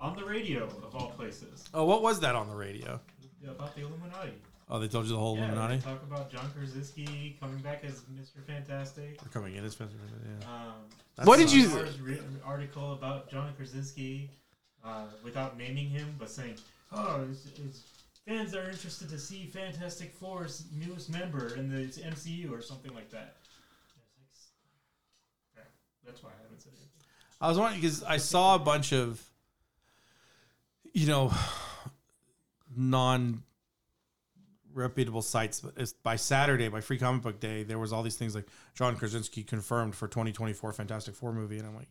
On the radio, of all places. Oh, what was that on the radio? About the Illuminati. Oh, they told you the whole Yeah, Illuminati. they talk about John Krasinski coming back as Mr. Fantastic. They're coming in. It's yeah. Um, What did not- you- Mars written an article about John Krasinski uh, without naming him, but saying, "Oh, it's, it's fans are interested to see Fantastic Four's newest member in the MCU or something like that." It's like, s- yeah, that's why I haven't said anything. I was wondering because I saw a bunch of, you know, non reputable sites, but it's by Saturday, by Free Comic Book Day, there was all these things like John Krasinski confirmed for 2024 Fantastic Four movie, and I'm like,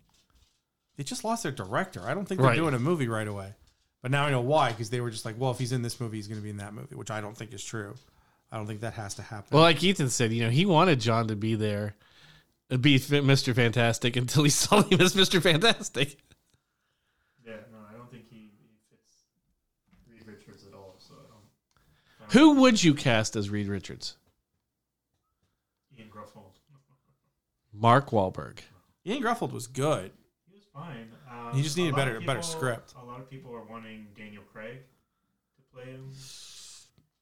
they just lost their director. I don't think they're Right. doing a movie right away. But now I know why because they were just like, well, if he's in this movie, he's going to be in that movie, which I don't think is true. I don't think that has to happen. Well, like Ethan said, you know, he wanted John to be there, uh, be F- Mr. Fantastic until he saw him as Mr. Fantastic. Yeah, no, I don't think he, he fits Reed Richards at all. So I don't. I don't Who would you cast as Reed Richards? Ian Gruffhold. Mark Wahlberg. Ian Gruffold was good. He was fine. Um, He just needed a lot of better- better people- script. A lot of people are wanting Daniel Craig to play him.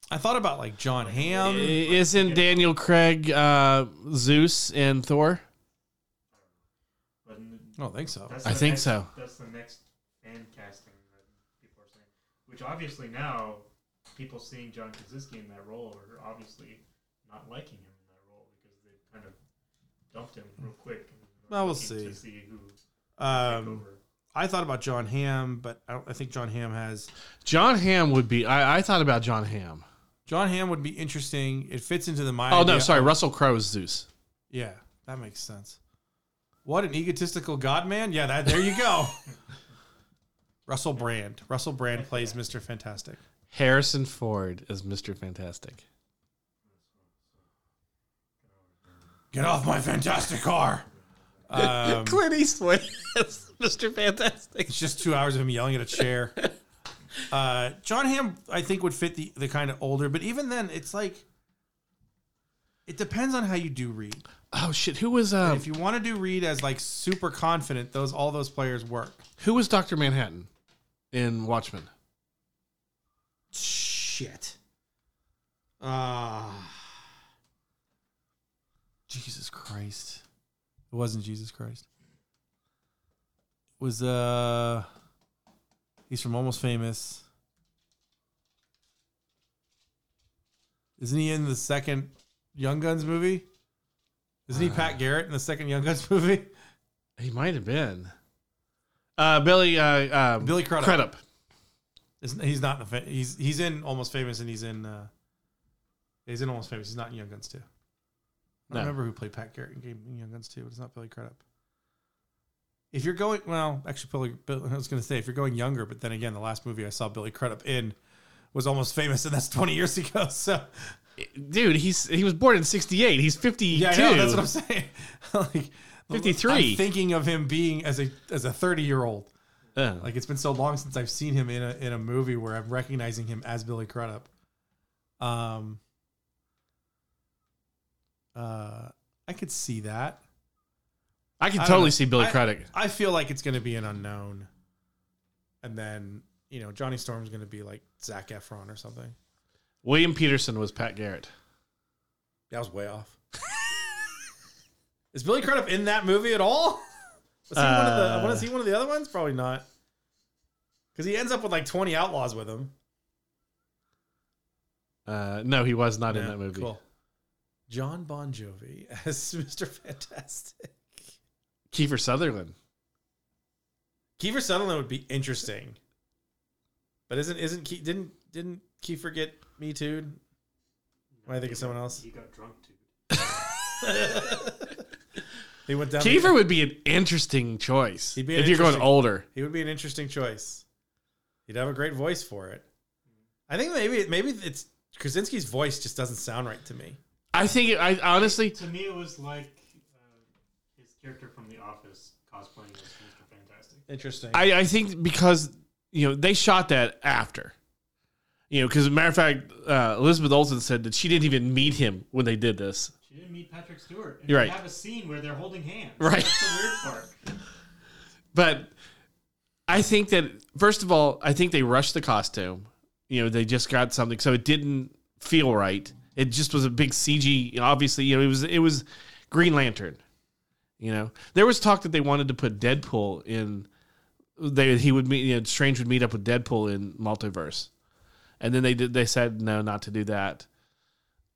I thought about like John I- Hamm. Isn't Daniel Craig uh, Zeus in Thor? But n- I don't think so. that's I the think next- so. That's the next fan casting that people are saying. Which obviously now, people seeing John Krasinski in that role are obviously not liking him in that role because they kind of dumped him real quick. and are Well, we'll looking To see. see who take Um, over. I thought about John Hamm, but I, don't, I think John Hamm has John Hamm would be. I, I thought about John Hamm. John Hamm would be interesting. It fits into the mind. Oh no, sorry, Russell Crowe's Zeus. Yeah, that makes sense. What an egotistical god man. Yeah, that there you go. Russell Brand. Russell Brand plays Mr. Fantastic. Harrison Ford as Mr. Fantastic. Get off my fantastic car. Um, Clint Eastwood as Mr. Fantastic. It's just two hours of him yelling at a chair. Uh, John Hamm, I think, would fit the, the kind of older, but even then, it's like it depends on how you do Reed. Oh shit, who was um, If you want to do Reed as like super confident, those all those players work. who was Doctor Manhattan in Watchmen? Shit. Ah, Jesus Christ! It wasn't Jesus Christ. It was uh, he's from Almost Famous. Isn't he in the second Young Guns movie? Isn't he Pat Garrett in the second Young Guns movie? He might have been. Uh, Billy. Uh, um, Billy Crudup. Crudup. Isn't, he's not in the fa- he's he's in Almost Famous and he's in uh, he's in Almost Famous. He's not in Young Guns too. No. I don't remember who played Pat Garrett in, Game, in Young Guns too, but it's not Billy Crudup. If you're going well, actually, Billy, Bill, I was going to say if you're going younger, but then again, the last movie I saw Billy Crudup in was Almost Famous, and that's 20 years ago. So Dude, he's he was born in '68. He's 52. yeah, I know, that's what I'm saying. like 53. I'm thinking of him being as a as a 30 year old. Uh, Like it's been so long since I've seen him in a in a movie where I'm recognizing him as Billy Crudup. Um. Uh, I could see that. I can I don't know. totally see Billy I- Crudup. I feel like it's going to be an unknown, and then you know Johnny Storm's going to be like Zach Efron or something. William Peterson was Pat Garrett. That was way off. Is Billy Crudup in that movie at all? Was he one of the? Uh, Was he one of the other ones? Probably not. Because he ends up with like twenty outlaws with him. Uh, no, he was not in Yeah, that movie. John Bon Jovi as Mr. Fantastic. Kiefer Sutherland. Kiefer Sutherland would be interesting, but isn't isn't Ke- didn't didn't Kiefer get me too? When I think of someone else, He got drunk too. he went down. Kiefer would be an interesting choice He'd be an if you're going interesting- older. he would be an interesting choice. He'd have a great voice for it. I think maybe maybe it's Krasinski's voice just doesn't sound right to me. I think. I honestly. To me, it was like uh, his character from The Office cosplaying as Mr. Fantastic. Interesting. I, I think because you know they shot that after, you know, because matter of fact, uh, Elizabeth Olsen said that she didn't even meet him when they did this. She didn't meet Patrick Stewart. And You're they right. have a scene where they're holding hands. Right. That's the weird part. But I think that first of all, I think they rushed the costume. You know, they just got something, so it didn't feel right. It just was a big CG. Obviously, you know, it was it was Green Lantern. You know, there was talk that they wanted to put Deadpool in they he would meet you know, Strange would meet up with Deadpool in multiverse, and then they did they said no not to do that.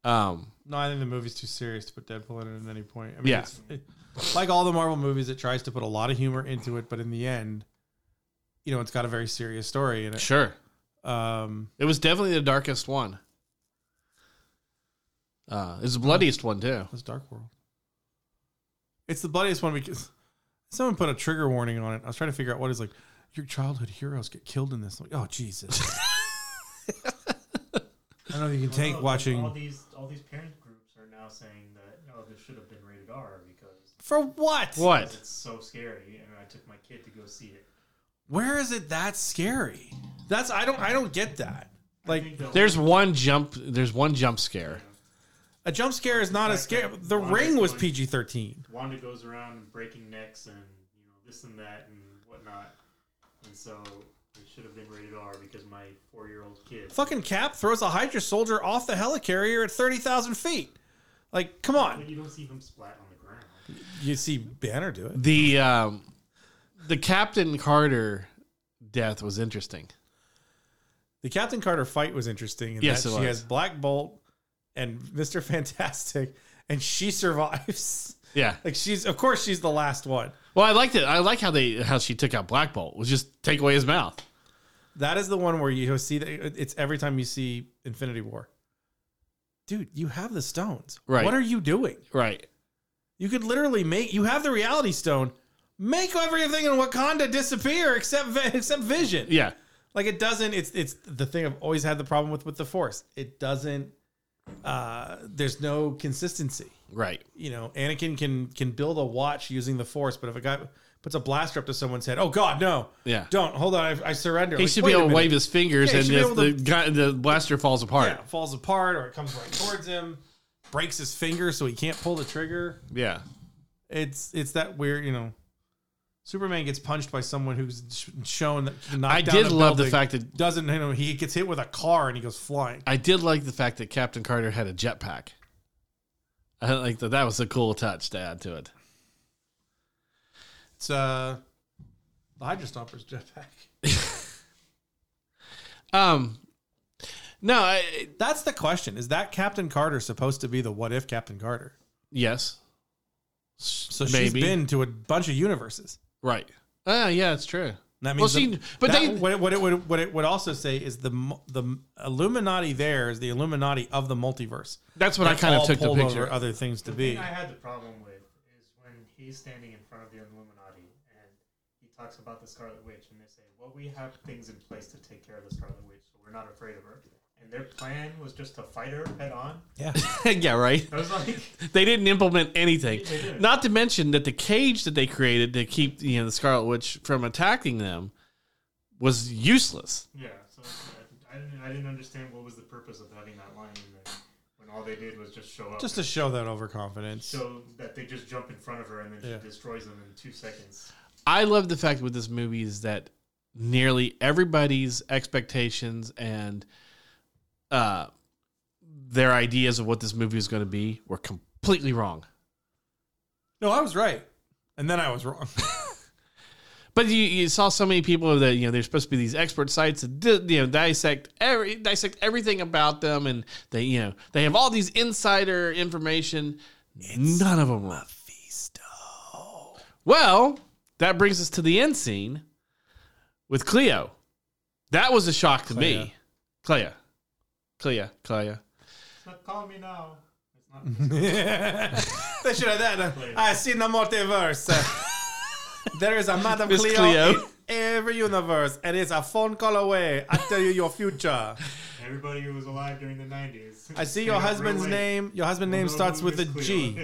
Um, No, I think the movie's too serious to put Deadpool in it at any point. I mean, Yeah. it's, it- like all the Marvel movies, it tries to put a lot of humor into it, but in the end, you know, it's got a very serious story in it. sure, Um, it was definitely the darkest one. Uh, it's the bloodiest one too. it's Dark World. It's the bloodiest one because someone put a trigger warning on it. I was trying to figure out what is like. Your childhood heroes get killed in this. Like, oh Jesus! I don't know if you can take Although, All watching these all these parent groups are now saying that oh this should have been rated R because for what? What? it's so scary and I took my kid to go see it. Where is it that scary? That's I don't I don't get that. Like There's one jump. There's one jump scare. A jump scare is not a scare. The Ring was PG thirteen. Wanda goes around and breaking necks and you know this and that and whatnot, and so it should have been rated R because my four year old kid. Fucking Cap throws a Hydra soldier off the helicarrier at thirty thousand feet. Like, come But on. you don't see him splat on the ground. You see Banner do it. The um, the Captain Carter death was interesting. The Captain Carter fight was interesting. In Yes, that it she was. has Black Bolt and Mister Fantastic, and she survives. Yeah. Like she's of course she's the last one. Well, I liked it. I like how they how she took out Black Bolt was just take away his mouth. That is the one where you see that it's every time you see Infinity War. Dude, you have the stones. Right. What are you doing? Right. You could literally make you have the reality stone, make everything in Wakanda disappear except Vi- except Vision. Yeah. Like it doesn't it's it's the thing I've always had the problem with with the Force. It doesn't uh there's no consistency. Right. You know, Anakin can can build a watch using the Force, but if a guy puts a blaster up to someone's head, oh god, no. Yeah. Don't. Hold on. I, I surrender. He Like, should wait be a able to minute. wave his fingers Yeah, and he should be if able the, to- guy, the blaster falls apart. Yeah, falls apart or it comes right towards him, breaks his finger so he can't pull the trigger. Yeah. It's it's that weird, you know. Superman gets punched by someone who's sh- shown that knocked I down did a love the building, fact that doesn't you know he gets hit with a car and he goes flying. I did like the fact that Captain Carter had a jetpack. I like that. That was a cool touch to add to it. It's uh the Hydra Stomper's jetpack. Um. No. I, That's the question. Is that Captain Carter supposed to be the what if Captain Carter? yes. So she's been to a bunch of universes. right. Ah, yeah, it's true. And That Well, means she, the- but that- they, what it, what it would what it would also say is the mu- the Illuminati there is the Illuminati of the multiverse. that's what I They're kind of all took the pulled over picture. other things to The be. thing I had the problem with is when he's standing in front of the Illuminati and he talks about the Scarlet Witch and they say, "Well, we have things in place to take care of the Scarlet Witch, so we're not afraid of her." And their plan was just to fight her head on. Yeah, yeah, right. I was like, They didn't implement anything. They didn't. Not to mention that the cage that they created to keep you know the Scarlet Witch from attacking them was useless. yeah. So I- I didn't, I didn't understand what was the purpose of having that line in there when all they did was just show up. just to show that overconfidence. so that they just jump in front of her and then Yeah. she destroys them in two seconds. I love the fact with this movie is that nearly everybody's expectations and uh, their ideas of what this movie was going to be were completely wrong. no, I was right, and then I was wrong. But you, you saw so many people that you know they're supposed to be these expert sites that di- you know dissect every dissect everything about them, and they you know they have all these insider information. None of them left. Well, that brings us to the end scene with Cleo. That was a shock to me. Cleo, Cleo, Cleo. Stop calling me now. It's not. they should have that. I see the multiverse. there is a Madame Miss Cleo, Cleo. in every universe, and it's a phone call away. I tell you your future. Everybody who was alive during the '90s. I see your husband's name. Your husband's name starts with a G,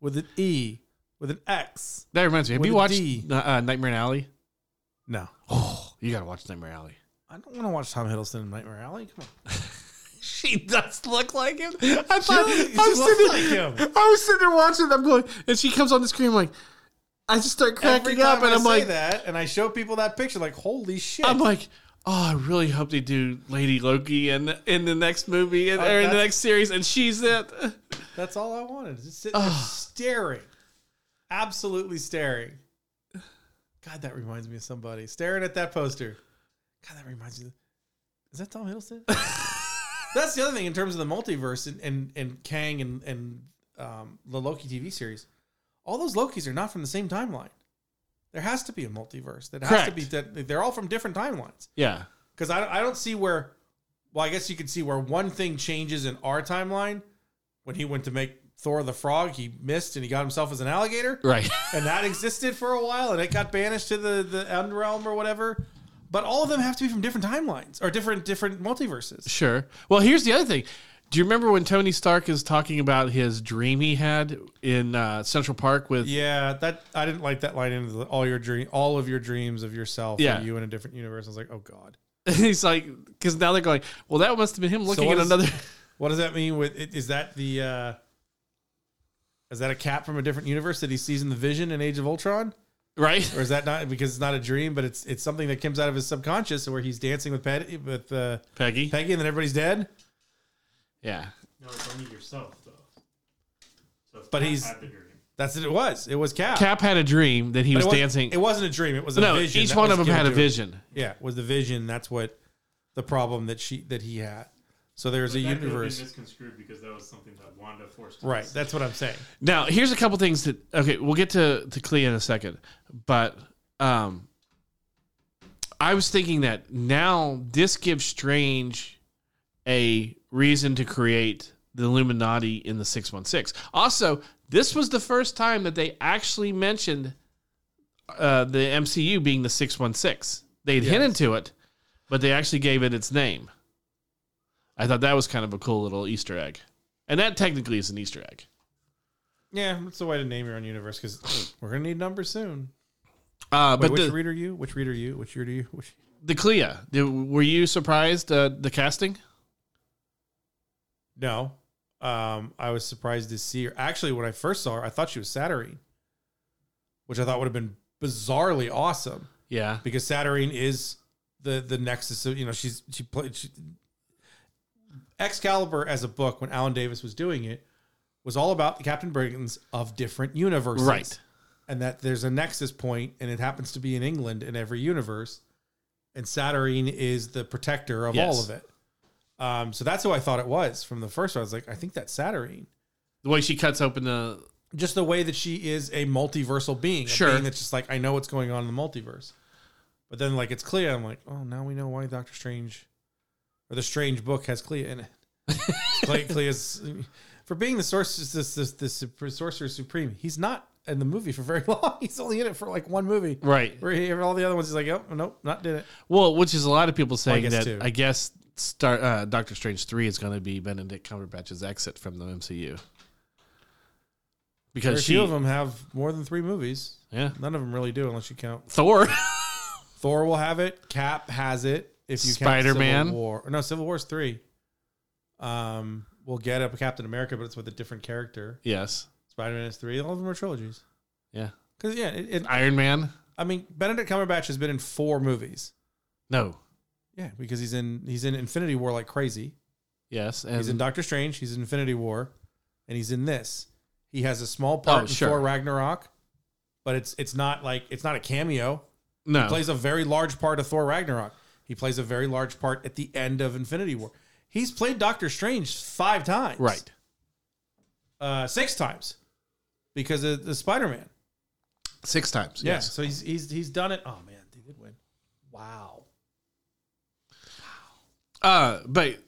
with an E, with an X. That reminds me. Have With you a watched D. uh, uh, Nightmare Alley? No, Oh, you gotta watch Nightmare Alley. I don't want to watch Tom Hiddleston in Nightmare Alley. Come on, She does look like him. I thought does- she I, was looks sitting, like him. I was sitting there watching. and I'm going, and she comes on the screen. I'm like, I just start cracking up, and I I'm say like, that, and I show people that picture, like, holy shit! I'm like, oh, I really hope they do Lady Loki in in the next movie and, Oh, or in the that's- next series, and she's it. That's all I wanted. Just sitting there staring. Absolutely staring. God, that reminds me of somebody staring at that poster. God, that reminds me. Of, is that Tom Hiddleston? That's the other thing in terms of the multiverse and and, and Kang and and um, the Loki TV series. All those Lokis are not from the same timeline. There has to be a multiverse. That has to Correct. be that they're all from different timelines. Yeah. Because I, I don't see where. Well, I guess you could see where one thing changes in our timeline. When he went to make Thor the Frog, he missed and he got himself as an alligator, Right. and that existed for a while, and it got banished to the the End Realm or whatever. But all of them have to be from different timelines or different different multiverses. Sure. Well, here's the other thing. Do you remember when Tony Stark is talking about his dream he had in uh, Central Park with? Yeah, that I didn't like that line into the, all your dream, all of your dreams of yourself, Yeah. and you in a different universe. I was like, oh god, He's like, because now they're going. Well, that must have been him looking what at is- another. what does that mean? With i- is that the uh, is that a cap from a different universe that he sees in the Vision in Age of Ultron? right. or is that not because it's not a dream, but it's it's something that comes out of his subconscious where he's dancing with Patty, with uh, Peggy. Peggy, and then everybody's dead. Yeah. No, it's only yourself though. So if But Cap he's- had the dream. That's what it was. It was Cap. Cap had a dream that he But was it wasn't- dancing. It wasn't a dream. It was a no, vision. each that one was of them given had a to him. vision. Yeah, it was the vision. That's what the problem that she that he had. So there's a But that could have been universe. misconstrued because that was something that Wanda forced. Right. us. That's what I'm saying. Now, here's a couple things that okay, we'll get to to Clea in a second, but um, I was thinking that now this gives Strange a reason to create the Illuminati in the six one six. Also, this was the first time that they actually mentioned uh, the MCU being the six one six. They'd hinted to it, but they actually gave it its name. I thought that was kind of a cool little Easter egg, and that technically is an Easter egg. Yeah, that's the way to name your own universe because we're gonna need numbers soon. Uh, Wait, but which the, reader you? Which reader you? Which reader you? Which? the Clea, the, were you surprised uh, the casting? No. Um, I was surprised to see her. Actually, when I first saw her, I thought she was Saturine, which I thought would have been bizarrely awesome Yeah, because Saturine is the the nexus of you know she's she played she, Excalibur as a book when Alan Davis was doing it was all about the Captain Brigans of different universes, right. And that there's a nexus point, and it happens to be in England in every universe, and Saturine is the protector of all Yes. of it. Um, so that's who I thought it was from the first one. I was like, I think that's Saturine. The way she cuts open the Just the way that she is a multiversal being, a Sure. being that's just like I know what's going on in the multiverse. But then, like it's Clea, I'm like, oh, now we know why Doctor Strange or the Strange book has Clea in it. Clea, Clea's for being the sorceress, this this this Sup- sorcerer supreme. He's not in the movie for very long. He's only in it for like one movie. right. Where he, all the other ones, he's like, oh nope, not did it. Well, which is a lot of people saying guess that. too. I guess Star uh, Doctor Strange three is going to be Benedict Cumberbatch's exit from the MCU because Very she, few of them have more than three movies. yeah, None of them really do, unless you count Thor. Thor will have it. Cap has it. If you count Spider-Man. Civil War no Civil War's three. Um, we'll get up Captain America, but it's with a different character. yes, Spider Man is three. All of them are trilogies. Yeah. because yeah, it, it, Iron Man. I mean Benedict Cumberbatch has been in four movies. No. Yeah, because he's in he's in Infinity War like crazy. Yes, and he's in Doctor Strange. He's in Infinity War, and he's in this. He has a small part Oh, in sure. Thor Ragnarok, but it's it's not like it's not a cameo. no. plays a very large part of Thor Ragnarok. He plays a very large part at the end of Infinity War. He's played Doctor Strange five times, right. Uh, six times because of the Spider Man. Six times. Yeah, Yes. so he's he's he's done it. Oh man, they did win. Wow. Uh, but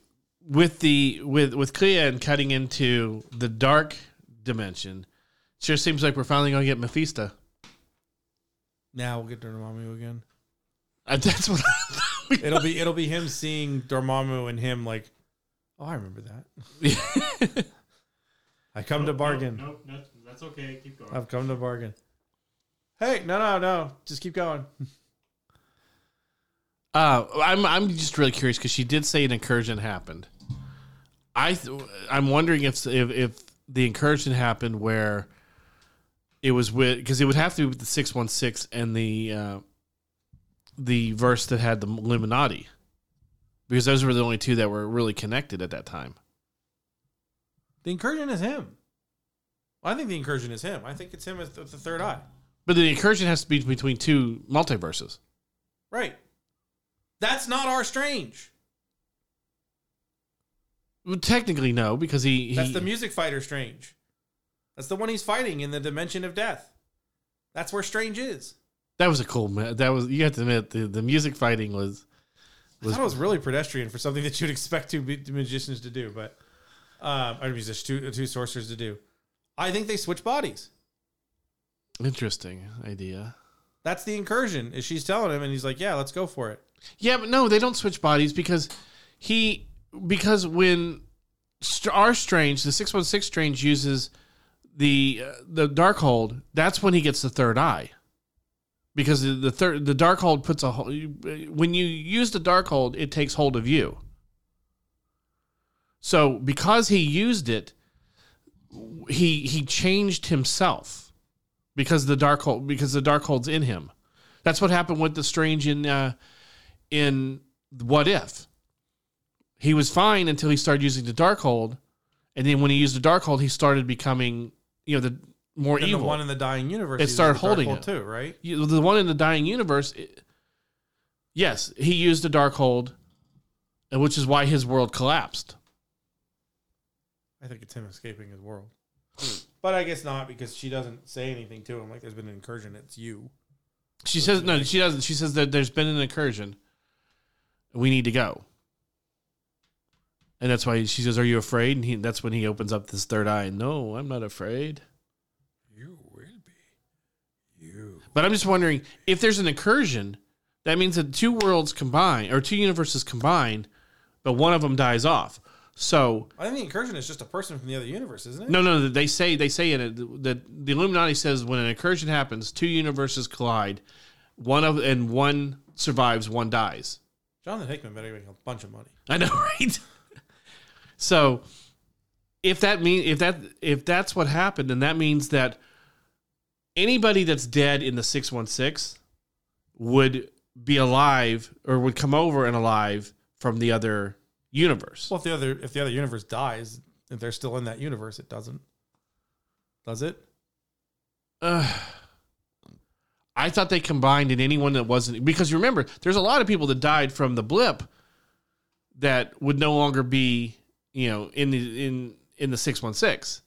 with the with with Clea and cutting into the dark dimension, sure seems like we're finally going to get Mephisto. Now we'll get Dormammu again. Uh, that's what. It'll be it'll be him seeing Dormammu and him like, oh, I remember that. I, I come to Nope, bargain. Oh, Uh, Nope, nope, no, that's okay. Keep going. I've come to bargain. Hey, no, no, no. Just keep going. uh, I'm I'm just really curious because she did say an incursion happened. I th- I'm wondering if if if the incursion happened where it was with because it would have to be with the six one six and the uh, the verse that had the Illuminati because those were the only two that were really connected at that time. The incursion is him. I think the incursion is him. I think it's him with the, the third eye. But the incursion has to be between two multiverses. Right. That's not our Strange. Well, technically, no, because he, he That's the music fighter Strange. That's the one he's fighting in the dimension of death. That's where Strange is. that was a cool. ma- That was you have to admit the, the music fighting was I thought it was really pedestrian for something that you'd expect two be- two magicians to do, but um, I mean, just two two sorcerers to do. I think they switch bodies. interesting idea. That's the incursion. Is she's telling him, and he's like, "Yeah, let's go for it." Yeah, but no, they don't switch bodies because he because when St- our strange the six one six strange uses the uh, the darkhold, that's when he gets the third eye. Because the- the third the darkhold puts a hol- when you use the darkhold, it takes hold of you. So because he used it, he he changed himself because the darkhold because the darkhold's in him. That's what happened with the strange in. Uh, in What If. He was fine until he started using the Darkhold, and then when he used the Darkhold, he started becoming you know the more Then evil. the one in the dying universe. It uses started the holding Darkhold it. too, right? You- the one in the dying universe. it- yes, he used the Darkhold, and which is why his world collapsed. I think it's him escaping his world, Hmm. but I guess not because she doesn't say anything to him. Like, there's been an incursion. It's you. She says no, she doesn't. She says that there's been an incursion. We need to go. And that's why she says, "Are you afraid?" And he, that's when he opens up this third eye. No, I'm not afraid. You will be. You. But I'm just wondering if there's an incursion, that means that two worlds combine or two universes combine, but one of them dies off. So I think the incursion is just a person from the other universe, isn't it? no, no, they say they say in it that the Illuminati says when an incursion happens, two universes collide, one of and one survives, one dies. Jonathan Hickman better make a bunch of money. I know, right? so if that mean if that if that's what happened, then that means that anybody that's dead in the six one six would be alive or would come over and alive from the other universe. Well, if the other if the other universe dies, if they're still in that universe, it doesn't. Does it? Ugh. I thought they combined in anyone that wasn't because you remember there's a lot of people that died from the blip that would no longer be you know in the in in the six one six.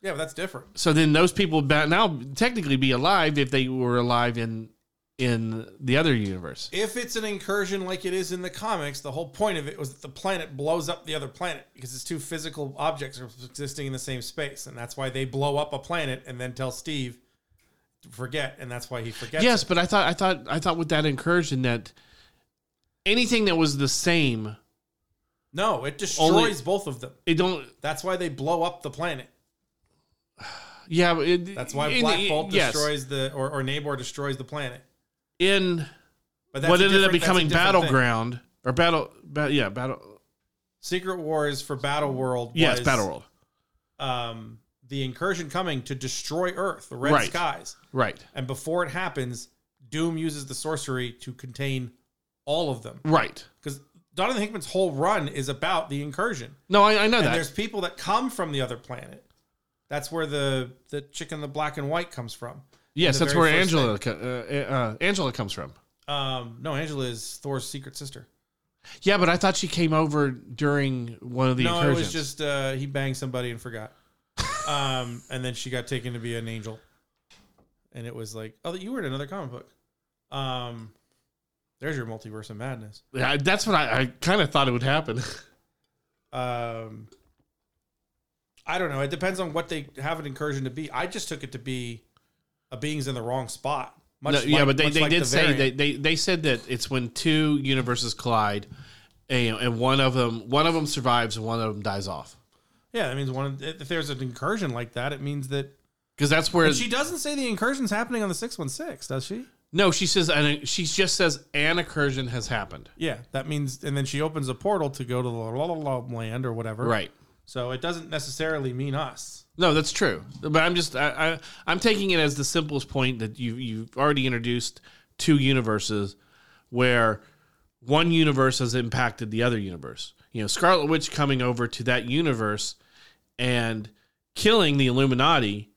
Yeah, but that's different. so then those people ba- now technically be alive if they were alive in in the other universe. If it's an incursion like it is in the comics, the whole point of it was that the planet blows up the other planet because it's two physical objects are existing in the same space, and that's why they blow up a planet and then tell Steve to forget, and that's why he forgets. yes, it. but I thought I thought I thought with that incursion that anything that was the same, no, it destroys Only- both of them. it don't. That's why they blow up the planet. Yeah, but it, That's why in- Black it- Bolt yes. destroys the or, or Namor destroys the planet. in But what a ended up different- that's a becoming different thing. battleground or battle. Ba- yeah, battle. Secret Wars for Battle World. Yes, was, battle world. Um, the incursion coming to destroy Earth, the red Right. skies, Right, and before it happens, Doom uses the sorcery to contain all of them. right. Because Donovan Hickman's whole run is about the incursion, No, I, I know and that. there's people that come from the other planet. That's where the the chicken, the black and white, comes from. Yes, the that's very where first Angela co- uh, uh, Angela comes from. Um, no, Angela is Thor's secret sister. Yeah, but I thought she came over during one of the no, incursions. it was just uh, he banged somebody and forgot. um, and then she got taken to be an angel, and it was like, oh, you were in another comic book. Um, there's your multiverse of madness. I, that's what I, I kind of thought it would happen. Um, I don't know. It depends on what they have an incursion to be. I just took it to be a being's in the wrong spot. Much No, yeah, like- but they, much they like did the say variant. they, they they said that it's when two universes collide, and, and one of them one of them survives and one of them dies off. Yeah, that means one. Of, if there's an incursion like that, it means that. Because that's where But she doesn't say the incursion's happening on the six one six, does she? no, she says and she just says an incursion has happened. Yeah, that means, and then she opens a portal to go to the la la la land or whatever. Right. So it doesn't necessarily mean us. No, that's true. But I'm just I, I I'm taking it as the simplest point that you you've already introduced two universes where one universe has impacted the other universe. You know, Scarlet Witch coming over to that universe and killing the Illuminati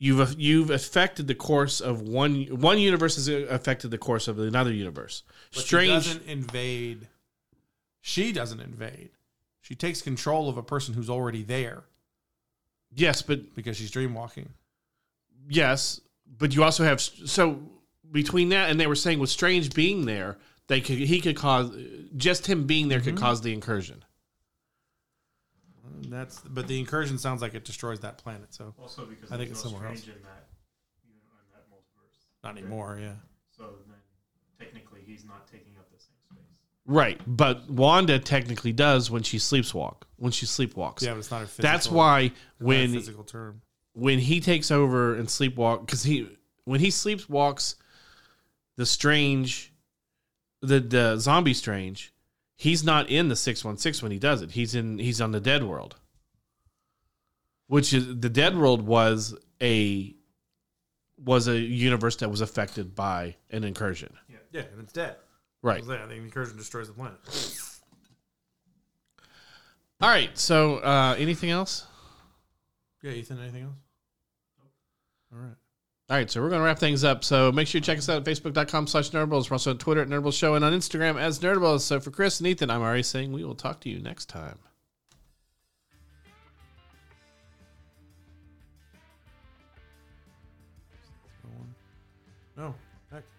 you've you've affected the course of one one universe has affected the course of another universe. But She Strange. doesn't invade. She doesn't invade. She takes control of a person who's already there Yes, but because she's dreamwalking. yes, but you also have so between that and they were saying with Strange being there, they could he could cause just him being there Mm-hmm. could cause the incursion. And That's but the incursion sounds like it destroys that planet. So Also, because I think there's it's no somewhere strange in that, you know, in that multiverse. not anymore. Yeah. So then, technically, he's not taking up the same space. Right, but Wanda technically does when she sleepwalk. When she sleepwalks. Yeah, but it's not a physical. That's why not a when physical term. when he takes over and sleepwalk because he when he sleepwalks the strange the the zombie strange he's not in the 616 when he does it he's in he's on the dead world which is the dead world was a was a universe that was affected by an incursion Yeah, and it's dead. right Yeah, the incursion destroys the planet. all right so uh anything else Yeah, Ethan. Anything else? All right. All right, so we're going to wrap things up. So make sure you check us out at facebook.com slash nerdables. We're also on Twitter at Nerdables Show and on Instagram as Nerdables. So for Chris and Ethan, I'm Ari saying we will talk to you next time. No. Heck.